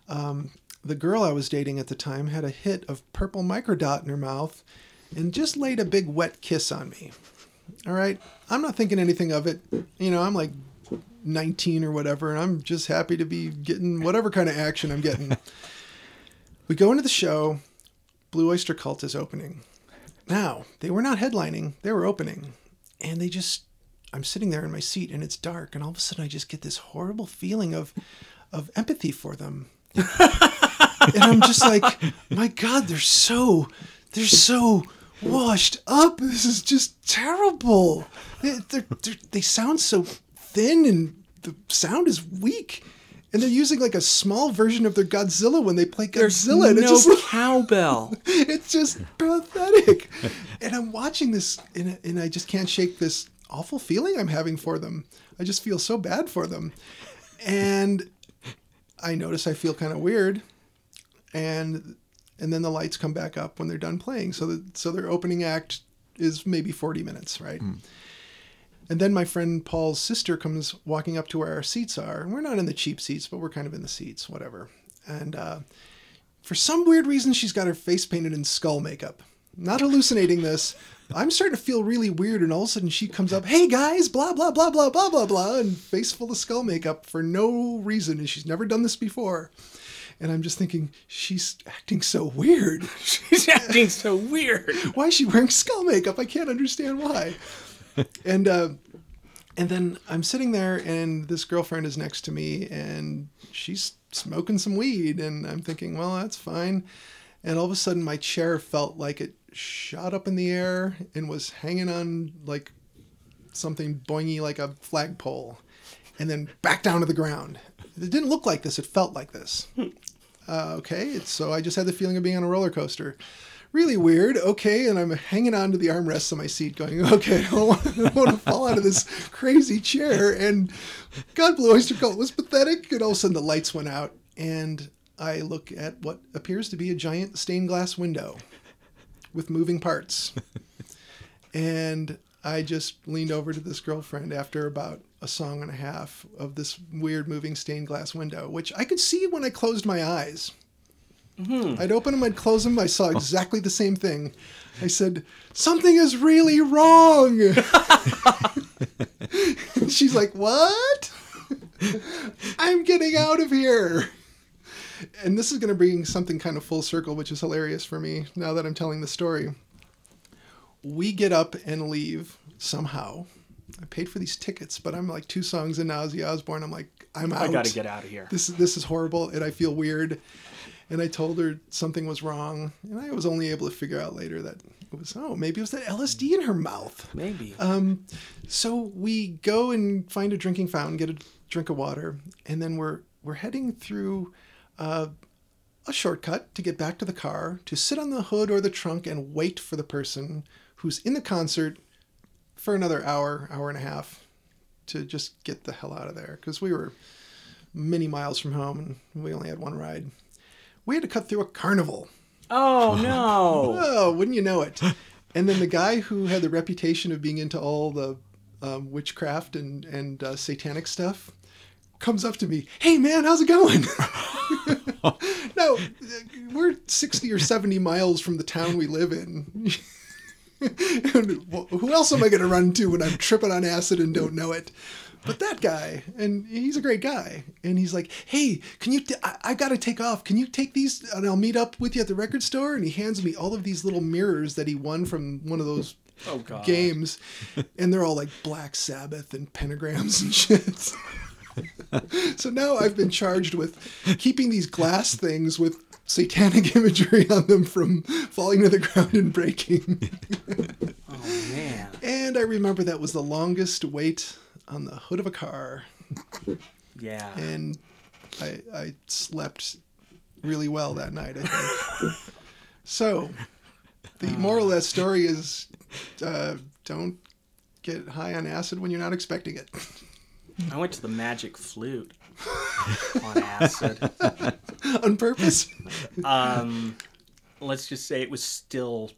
C: the girl I was dating at the time had a hit of purple microdot in her mouth and just laid a big wet kiss on me. All right. I'm not thinking anything of it. You know, I'm like 19 or whatever, and I'm just happy to be getting whatever kind of action I'm getting. we go into the show. Blue Oyster Cult is opening. Now, they were not headlining, they were opening. And they just, I'm sitting there in my seat and it's dark, and all of a sudden I just get this horrible feeling of, of empathy for them and I'm just like, my God, they're so, they're so washed up. This is just terrible. They, they're, they're, they sound so thin, and the sound is weak. And they're using like a small version of their Godzilla when they play Godzilla. and
E: no
C: it's just like,
E: cowbell.
C: it's just pathetic. And I'm watching this, and, and I just can't shake this awful feeling I'm having for them. I just feel so bad for them. And I notice I feel kind of weird. And and then the lights come back up when they're done playing. So that so their opening act is maybe 40 minutes, right? And then my friend Paul's sister comes walking up to where our seats are, and we're not in the cheap seats, but we're kind of in the seats, whatever. And uh, for some weird reason, she's got her face painted in skull makeup. Not hallucinating this. I'm starting to feel really weird, and all of a sudden she comes up, hey guys, blah, blah, blah, blah, blah, blah, blah, and face full of skull makeup for no reason, and she's never done this before. And I'm just thinking, she's acting so weird.
E: He's acting so weird.
C: why is she wearing skull makeup? I can't understand why. And uh, and then I'm sitting there, and this girlfriend is next to me, and she's smoking some weed, and I'm thinking, well, that's fine. And all of a sudden, my chair felt like it shot up in the air and was hanging on like something boingy, like a flagpole, and then back down to the ground. It didn't look like this; it felt like this uh, okay. It's, so I just had the feeling of being on a roller coaster. Really weird. Okay, and I'm hanging on to the armrests of my seat, going, "Okay, I don't want, I don't want to fall out of this crazy chair." And God, Blue Oyster Cult was pathetic. And all of a sudden, the lights went out, and I look at what appears to be a giant stained glass window with moving parts. and I just leaned over to this girlfriend after about a song and a half of this weird moving stained glass window, which I could see when I closed my eyes.
E: Hmm.
C: I'd open them, I'd close them, I saw exactly the same thing. I said, Something is really wrong. She's like, What? I'm getting out of here. And this is going to bring something kind of full circle, which is hilarious for me now that I'm telling the story we get up and leave somehow. I paid for these tickets, but I'm like two songs in Ozzy Osbourne. I'm like, I'm out.
E: I gotta get out of here.
C: This is this is horrible, and I feel weird. And I told her something was wrong, and I was only able to figure out later that it It was oh, maybe it was that LSD in her mouth.
A: Maybe.
C: Um, so we go and find a drinking fountain, get a drink of water, and then we're we're heading through uh, a shortcut to get back to the car, to sit on the hood or the trunk and wait for the person who's in the concert for another hour, hour and a half, to just get the hell out of there because we were many miles from home and we only had one ride. We had to cut through a carnival.
A: oh no.
C: Oh, wouldn't you know it? And then the guy who had the reputation of being into all the um, witchcraft and and uh, satanic stuff comes up to me. Hey, man, how's it going? no, we're sixty or seventy miles from the town we live in. and wh- who else am I going to run to when I'm tripping on acid and don't know it? But that guy, and he's a great guy, and he's like, "Hey, can you? T- I, I got to take off. Can you take these, and I'll meet up with you at the record store?" And he hands me all of these little mirrors that he won from one of those
A: Oh god.
C: games, and they're all like Black Sabbath and pentagrams and shit. so now I've been charged with keeping these glass things with satanic imagery on them from falling to the ground and breaking.
A: Oh man.
C: And I remember that was the longest wait on the hood of a car.
A: Yeah.
C: And I, I slept really well that night, I think. so, the moral of that story is uh, don't get high on acid when you're not expecting it.
A: I went to the magic flute on acid.
C: on purpose.
A: Um, let's just say it was still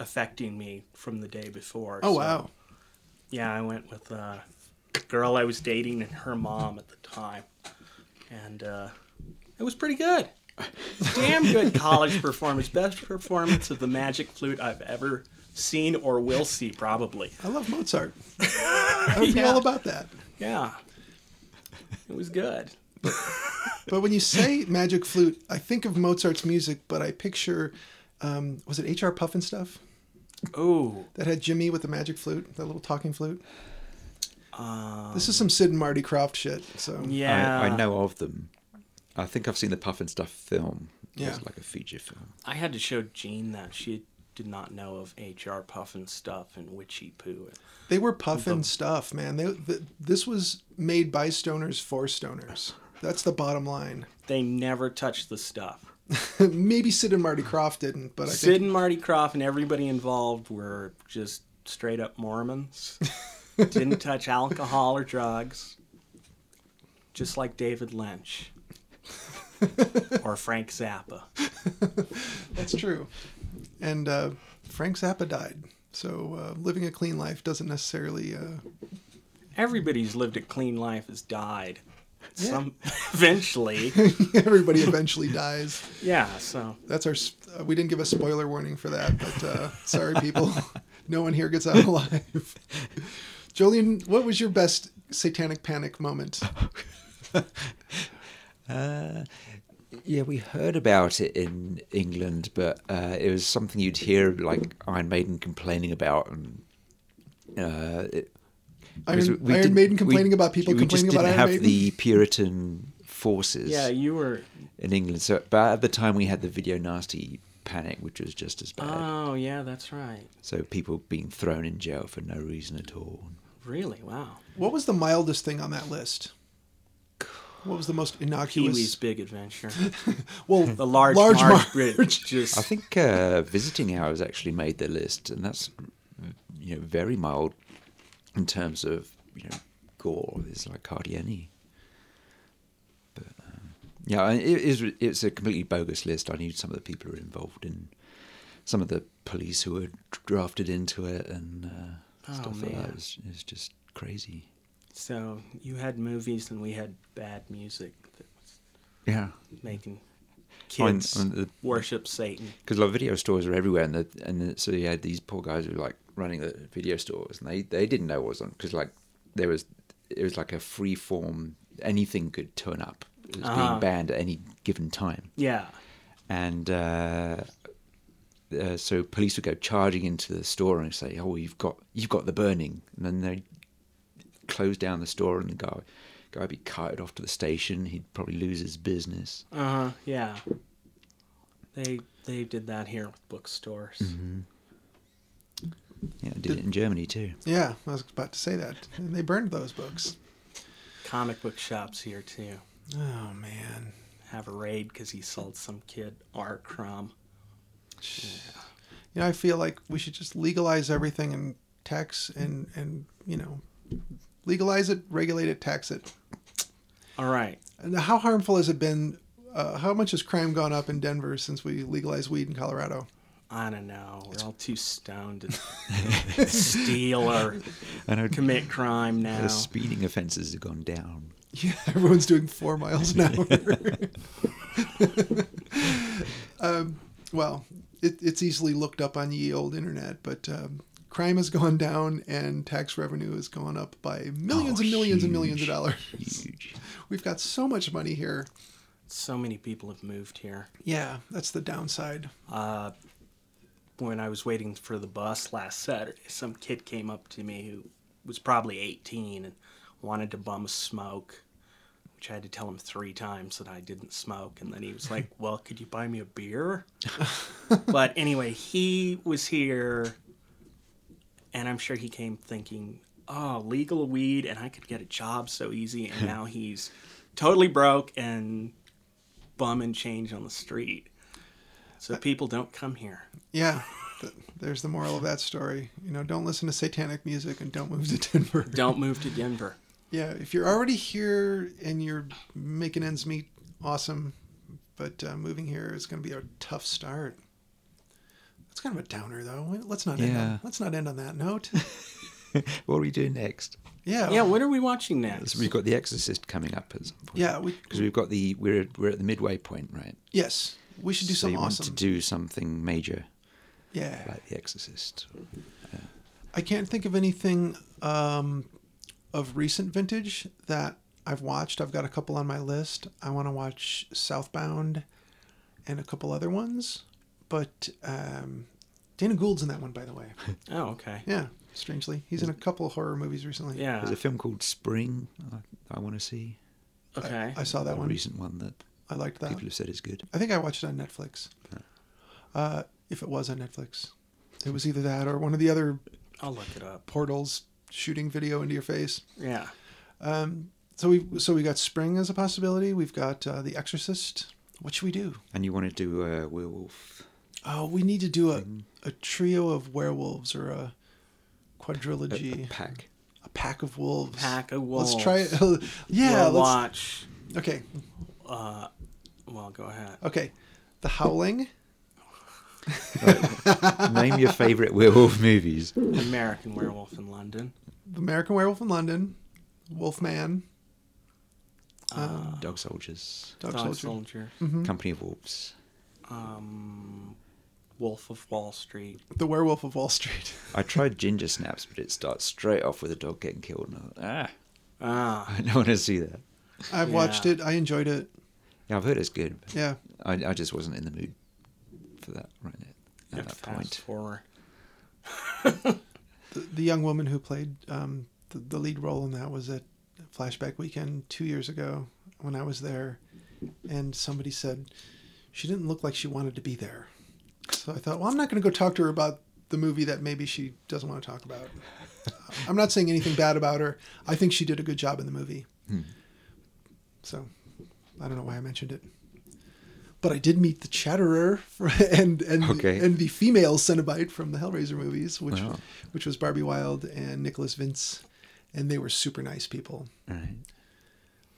A: affecting me from the day before.
C: Oh,
A: so-
C: wow.
A: Yeah, I went with uh, a girl I was dating and her mom at the time, and uh, it was pretty good. Damn good college performance, best performance of the magic flute I've ever seen or will see probably.
C: I love Mozart. I would be
A: Yeah.
C: all about that.
A: Yeah, it was good.
C: But when you say magic flute, I think of Mozart's music, but I picture, um, was it H.R. Puffin stuff?
A: Oh,
C: that had Jimmy with the magic flute, that little talking flute. this is some Sid and Marty Croft shit. So
A: Um, yeah.
B: I, I know of them. I think I've seen the Puffin Stuff film.
C: Yeah.
B: It's like a feature film.
A: I had to show Jean that she did not know of HR Puffin stuff and witchy poo.
C: they were puffin stuff, man. They, th this was made by stoners for stoners. That's the bottom line.
A: They never touched the stuff.
C: Maybe Sid and Marty Croft didn't, but I
A: Sid
C: think
A: and Marty Croft and everybody involved were just straight up Mormons. Didn't touch alcohol or drugs. Just like David Lynch or Frank Zappa.
C: that's true. And uh, Frank Zappa died, so uh, living a clean life doesn't necessarily. Uh,
A: Everybody's lived a clean life has died. Some eventually.
C: everybody eventually dies.
A: Yeah, so
C: That's our. s- Uh, we didn't give a spoiler warning for that, but uh, sorry, people. no one here gets out alive. Jolene, what was your best satanic panic moment?
B: Yeah, we heard about it in England, but uh, it was something you'd hear like Iron Maiden complaining about, and uh, it, because
C: Iron,
B: we
C: Iron
B: didn't-
C: Maiden
B: we-
C: complaining about people
B: we
C: complaining
B: just didn't
C: about Iron
B: have
C: Maiden.
B: the Puritan forces
A: yeah, you were
B: in England. So, but at the time we had the video nasty panic, which was just as bad.
A: Oh yeah, that's right.
B: so people being thrown in jail for no reason at all.
A: Really? Wow.
C: What was the mildest thing on that list? What was the most
A: Kiwi's
C: innocuous?
A: Big Adventure.
C: Well,
A: The large,
C: Large
A: march,
C: march.
A: bridge. Just
B: I think uh, visiting hours actually made the list, and that's you know very mild in terms of you know gore. There's like hardly any. But um, yeah, I- it is. It's a completely bogus list. I knew some of the people who were involved in some of the police who were drafted into it and uh,
A: Oh,
B: stuff like that.
A: man.
B: It was, it was just crazy.
A: So you had movies and we had bad music that was
B: Yeah.
A: making
B: Mine-
A: kids
B: mine- the-
A: worship Satan.
B: because like video stores are everywhere, and the, and the, so you had these poor guys who were like running the video stores, and they, they didn't know what was on because like there was it was like a free form anything could turn up. It was
A: Ah.
B: being banned at any given time,
A: Yeah.
B: and uh, uh, so police would go charging into the store and say, "Oh, you've got you've got the burning," and then they close down the store, and the guy guy would be carted off to the station. He'd probably lose his business.
A: Uh
C: Mm-hmm.
A: huh. Yeah. They they did that here with bookstores.
B: Yeah, they did it in Germany too.
C: Yeah, I was about to say that. And they burned those books.
A: Comic book shops here too
C: Oh man.
A: have a raid because he sold some kid R. Crumb.
C: You know, I feel like we should just legalize everything and tax and and you know, legalize it, regulate it, tax it.
A: All right,
C: And how harmful has it been? Uh, how much has crime gone up in Denver since we legalized weed in Colorado?
A: I don't know. We're all too stoned to steal or
B: I know
A: commit crime now.
B: the speeding offences have gone down.
C: Yeah, everyone's doing four miles an hour. um, well, it, it's easily looked up on ye old internet, but um, crime has gone down and tax revenue has gone up by millions
B: Oh,
C: and millions and millions of
B: huge,
C: dollars.
B: Huge.
C: We've got so much money here.
A: So many people have moved here.
C: Yeah, that's the downside.
A: When I was waiting for the bus last Saturday, some kid came up to me who was probably 18 and wanted to bum a smoke, which I had to tell him three times that I didn't smoke. And then he was like, Well, could you buy me a beer? but anyway, he was here, and I'm sure he came thinking, Oh, legal weed, and I could get a job so easy. And now he's totally broke and bumming change on the street. So people don't come here.
C: Yeah, th- there's the moral of that story. You know, don't listen to satanic music and don't move to Denver.
A: Don't move to Denver.
C: Yeah, if you're already here and you're making ends meet, awesome. But uh, moving here is going to be a tough start. That's kind of a downer, though. Let's not end
B: Yeah.
C: on, let's not end on that note.
B: What do we do next?
C: Yeah,
A: Yeah, what are we watching
B: So
A: next?
B: we've got The Exorcist coming up at some point.
C: yeah. We,
B: Because we've got the we're we're at the midway point, right?
C: yes, we should do
B: so you
C: something
B: want
C: awesome.
B: to do something major
C: yeah,
B: like The Exorcist.
C: I can't think of anything um, of recent vintage that I've watched. I've got a couple on my list. I want to watch Southbound and a couple other ones, but um, Dana Gould's in that one, by the way.
A: Oh, okay.
C: Yeah, strangely, he's in a couple of horror movies recently.
A: Yeah.
B: There's a film called Spring I, I want to see.
A: Okay.
C: I saw that
B: a
C: one. Uh.
B: recent one that
C: I liked that.
B: people have said is good.
C: I think I watched it on Netflix. Uh, if it was on Netflix, it was either that or one of the other
A: I'll look it up.
C: portals shooting video into your face.
A: Yeah.
C: So we so we got Spring as a possibility. We've got uh, The Exorcist. What should we do?
B: And you want to do a werewolf?
C: Oh, we need to do a, a trio of werewolves or a
B: a- A,
C: quadrilogy,
B: pack.
C: a pack of wolves.
A: Pack of
C: Let's try
A: Wolves.
C: it. yeah.
A: We'll watch.
C: let's, okay.
A: Well, go ahead.
C: Okay. The Howling.
B: Name your favorite werewolf movies.
A: American Werewolf in London.
C: The American Werewolf in London, Wolfman, Uh.
B: Dog Soldiers,
C: Dog,
A: Dog
C: Soldier. Hmm.
A: Soldier.
C: Mm-hmm.
B: Company of Wolves.
A: Um, Wolf of Wall Street.
C: The Werewolf of Wall Street.
B: I tried Ginger Snaps, but it starts straight off with a dog getting killed. And I was like, ah,
A: Ah.
B: I don't want to see that.
C: I've
A: Yeah.
C: watched it. I enjoyed it.
B: Yeah, I've heard it's good. But
C: Yeah.
B: I, I just wasn't in the mood for that right at, at
A: At
B: that point.
A: Forward.
C: The, the young woman who played um, the, the lead role in that was at Flashback Weekend two years ago when I was there, and somebody said she didn't look like she wanted to be there. So I thought, well, I'm not going to go talk to her about the movie that maybe she doesn't want to talk about. I'm not saying anything bad about her. I think she did a good job in the movie. So I don't know why I mentioned it. But I did meet the Chatterer fr- and and
B: Okay.
C: and the female Cenobite from the Hellraiser movies, which
B: Wow.
C: which was Barbie Wilde and Nicholas Vince, and they were super nice people.
B: Right.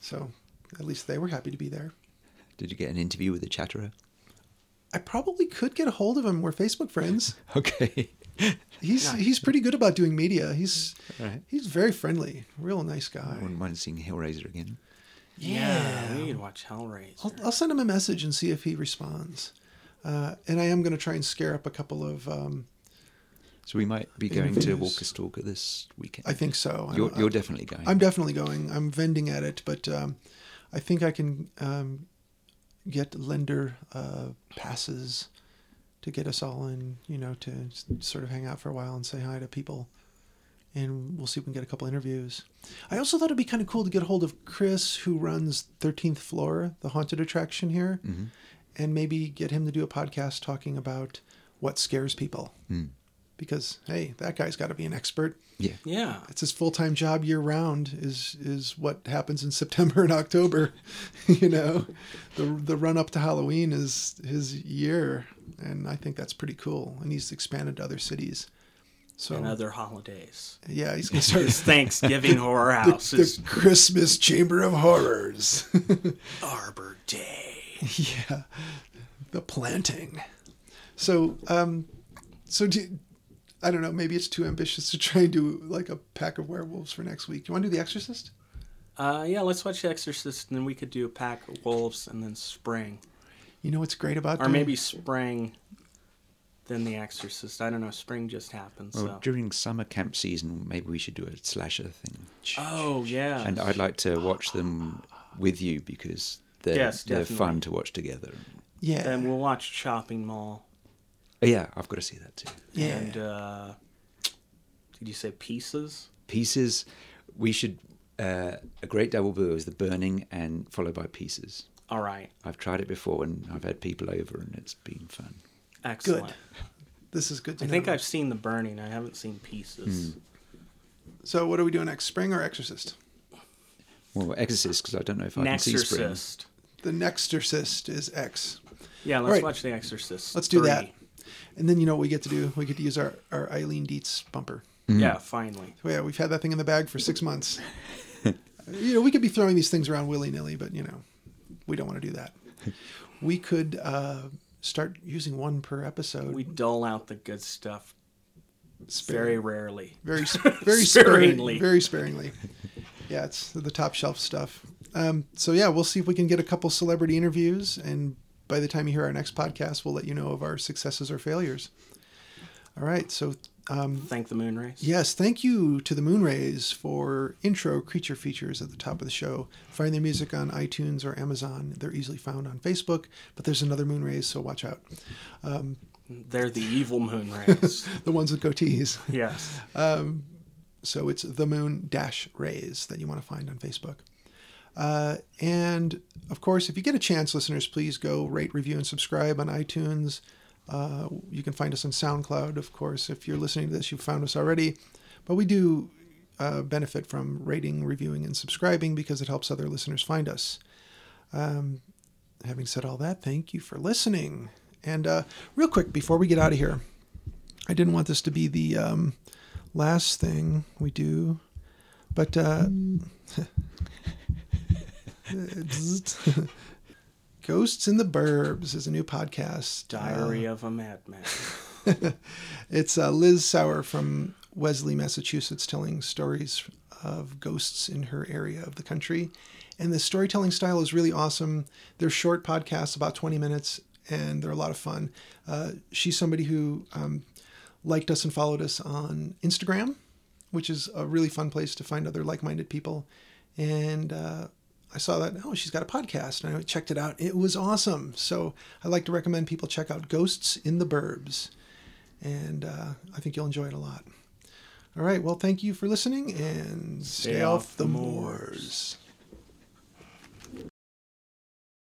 C: So at least they were happy to be there.
B: Did you get an interview with the chatterer?
C: I probably could get a hold of him. We're Facebook friends.
B: Okay.
C: He's he's pretty good about doing media. He's
B: Right.
C: he's very friendly, real nice
B: I
C: guy.
B: wouldn't mind seeing Hellraiser again.
A: Yeah. We could watch Hellraiser.
C: I'll, I'll send him a message and see if he responds. Uh, and I am going to try and scare up a couple of. Um,
B: So we might be going to
C: Interviews.
B: Walker Stalker this weekend.
C: I think so. I
B: you're,
C: don't-
B: you're definitely going.
C: I'm definitely going. I'm vending at it, but um, I think I can um, get lender uh, passes to get us all in, you know, to s- sort of hang out for a while and say hi to people. And we'll see if we can get a couple interviews. I also thought it'd be kind of cool to get a hold of Chris, who runs 13th Floor, the haunted attraction here, and maybe get him to do a podcast talking about what scares people. because hey, that guy's got to be an expert.
B: Yeah.
E: Yeah.
C: That's his full time job year round. Is is what happens in September and October, you know, the the run up to Halloween is his year, and I think that's pretty cool. And he's expanded to other cities. So
E: And other holidays.
C: yeah, he's gonna start
E: It's Thanksgiving Horror House.
C: the
E: It's
C: Christmas Chamber of Horrors.
E: Arbor Day.
C: yeah, the planting. So, um, so do, I don't know. Maybe it's too ambitious to try and do like a pack of werewolves for next week. Do you want to do The Exorcist?
E: Uh, yeah, let's watch The Exorcist, and then we could do a pack of wolves, and then spring,
C: You know what's great about
E: or
C: doing-
E: maybe spring, then The Exorcist. I don't know. Spring just happened.
B: Well,
E: So.
B: during summer camp season, maybe we should do a slasher thing.
E: Oh yeah.
B: And I'd like to watch them with you because they're,
E: Yes,
B: they're
E: definitely.
B: fun to watch together.
C: yeah,
E: then we'll watch Chopping Mall.
B: Yeah, I've got to see that too.
C: yeah.
E: And uh, did you say pieces?
B: Pieces, we should. Uh, a great double bill is the burning and followed by pieces.
E: All right.
B: I've tried it before and I've had people over and it's been fun.
E: Excellent.
C: this is good. To
E: I think
C: know.
E: I've seen the burning. I haven't seen pieces.
C: So, what are we doing next? Spring or Exorcist?
B: Well, Exorcist, because I don't know if Hmm, I can see spring.
E: Nexorcist.
C: The Nexorcist is X.
E: Yeah, let's
C: Alright.
E: watch The Exorcist.
C: Let's do
E: three.
C: that. And then you know what we get to do? We get to use our, our Eileen Dietz bumper.
B: Hmm.
E: Yeah, finally.
C: So yeah, we've had that thing in the bag for six months. you know, we could be throwing these things around willy nilly, but you know, we don't want to do that. We could uh, start using one per episode.
E: We dole out the good stuff very
C: Spare-
E: rarely.
C: very, very, very sparingly,
E: sparingly.
C: very sparingly. Yeah, it's the top shelf stuff. Um, so yeah, we'll see if we can get a couple celebrity interviews, and by the time you hear our next podcast, we'll let you know of our successes or failures. All right, so
E: Thank the moon rays.
C: Yes, thank you to the Moonrays for intro creature features at the top of the show. Find their music on iTunes or Amazon. They're easily found on Facebook, but there's another Moonrays, so watch out.
E: They're the evil moon rays.
C: The ones with goatees.
E: yes.
C: So it's the moon dash rays that you want to find on Facebook. Uh, and of course, if you get a chance, listeners, please go rate, review, and subscribe on iTunes. Uh, you can find us on SoundCloud, of course. If you're listening to this, you've found us already. But we do uh, benefit from rating, reviewing, and subscribing because it helps other listeners find us. Um, having said all that, thank you for listening. And uh, real quick, before we get out of here, I didn't want this to be the. Um, last thing we do, but uh, Ghosts in the Burbs is a new podcast.
E: Diary of a Madman.
C: It's uh, Liz Sauer from Wesley, Massachusetts, telling stories of ghosts in her area of the country. And the storytelling style is really awesome. They're short podcasts, about 20 minutes, and they're a lot of fun. Uh, she's somebody who um, liked us and followed us on Instagram, which is a really fun place to find other like minded people. And uh, I saw that, oh, she's got a podcast. And I checked it out. It was awesome. So I like to recommend people check out Ghosts in the Burbs and uh, I think you'll enjoy it a lot. All right, well, thank you for listening and stay, off, the moors.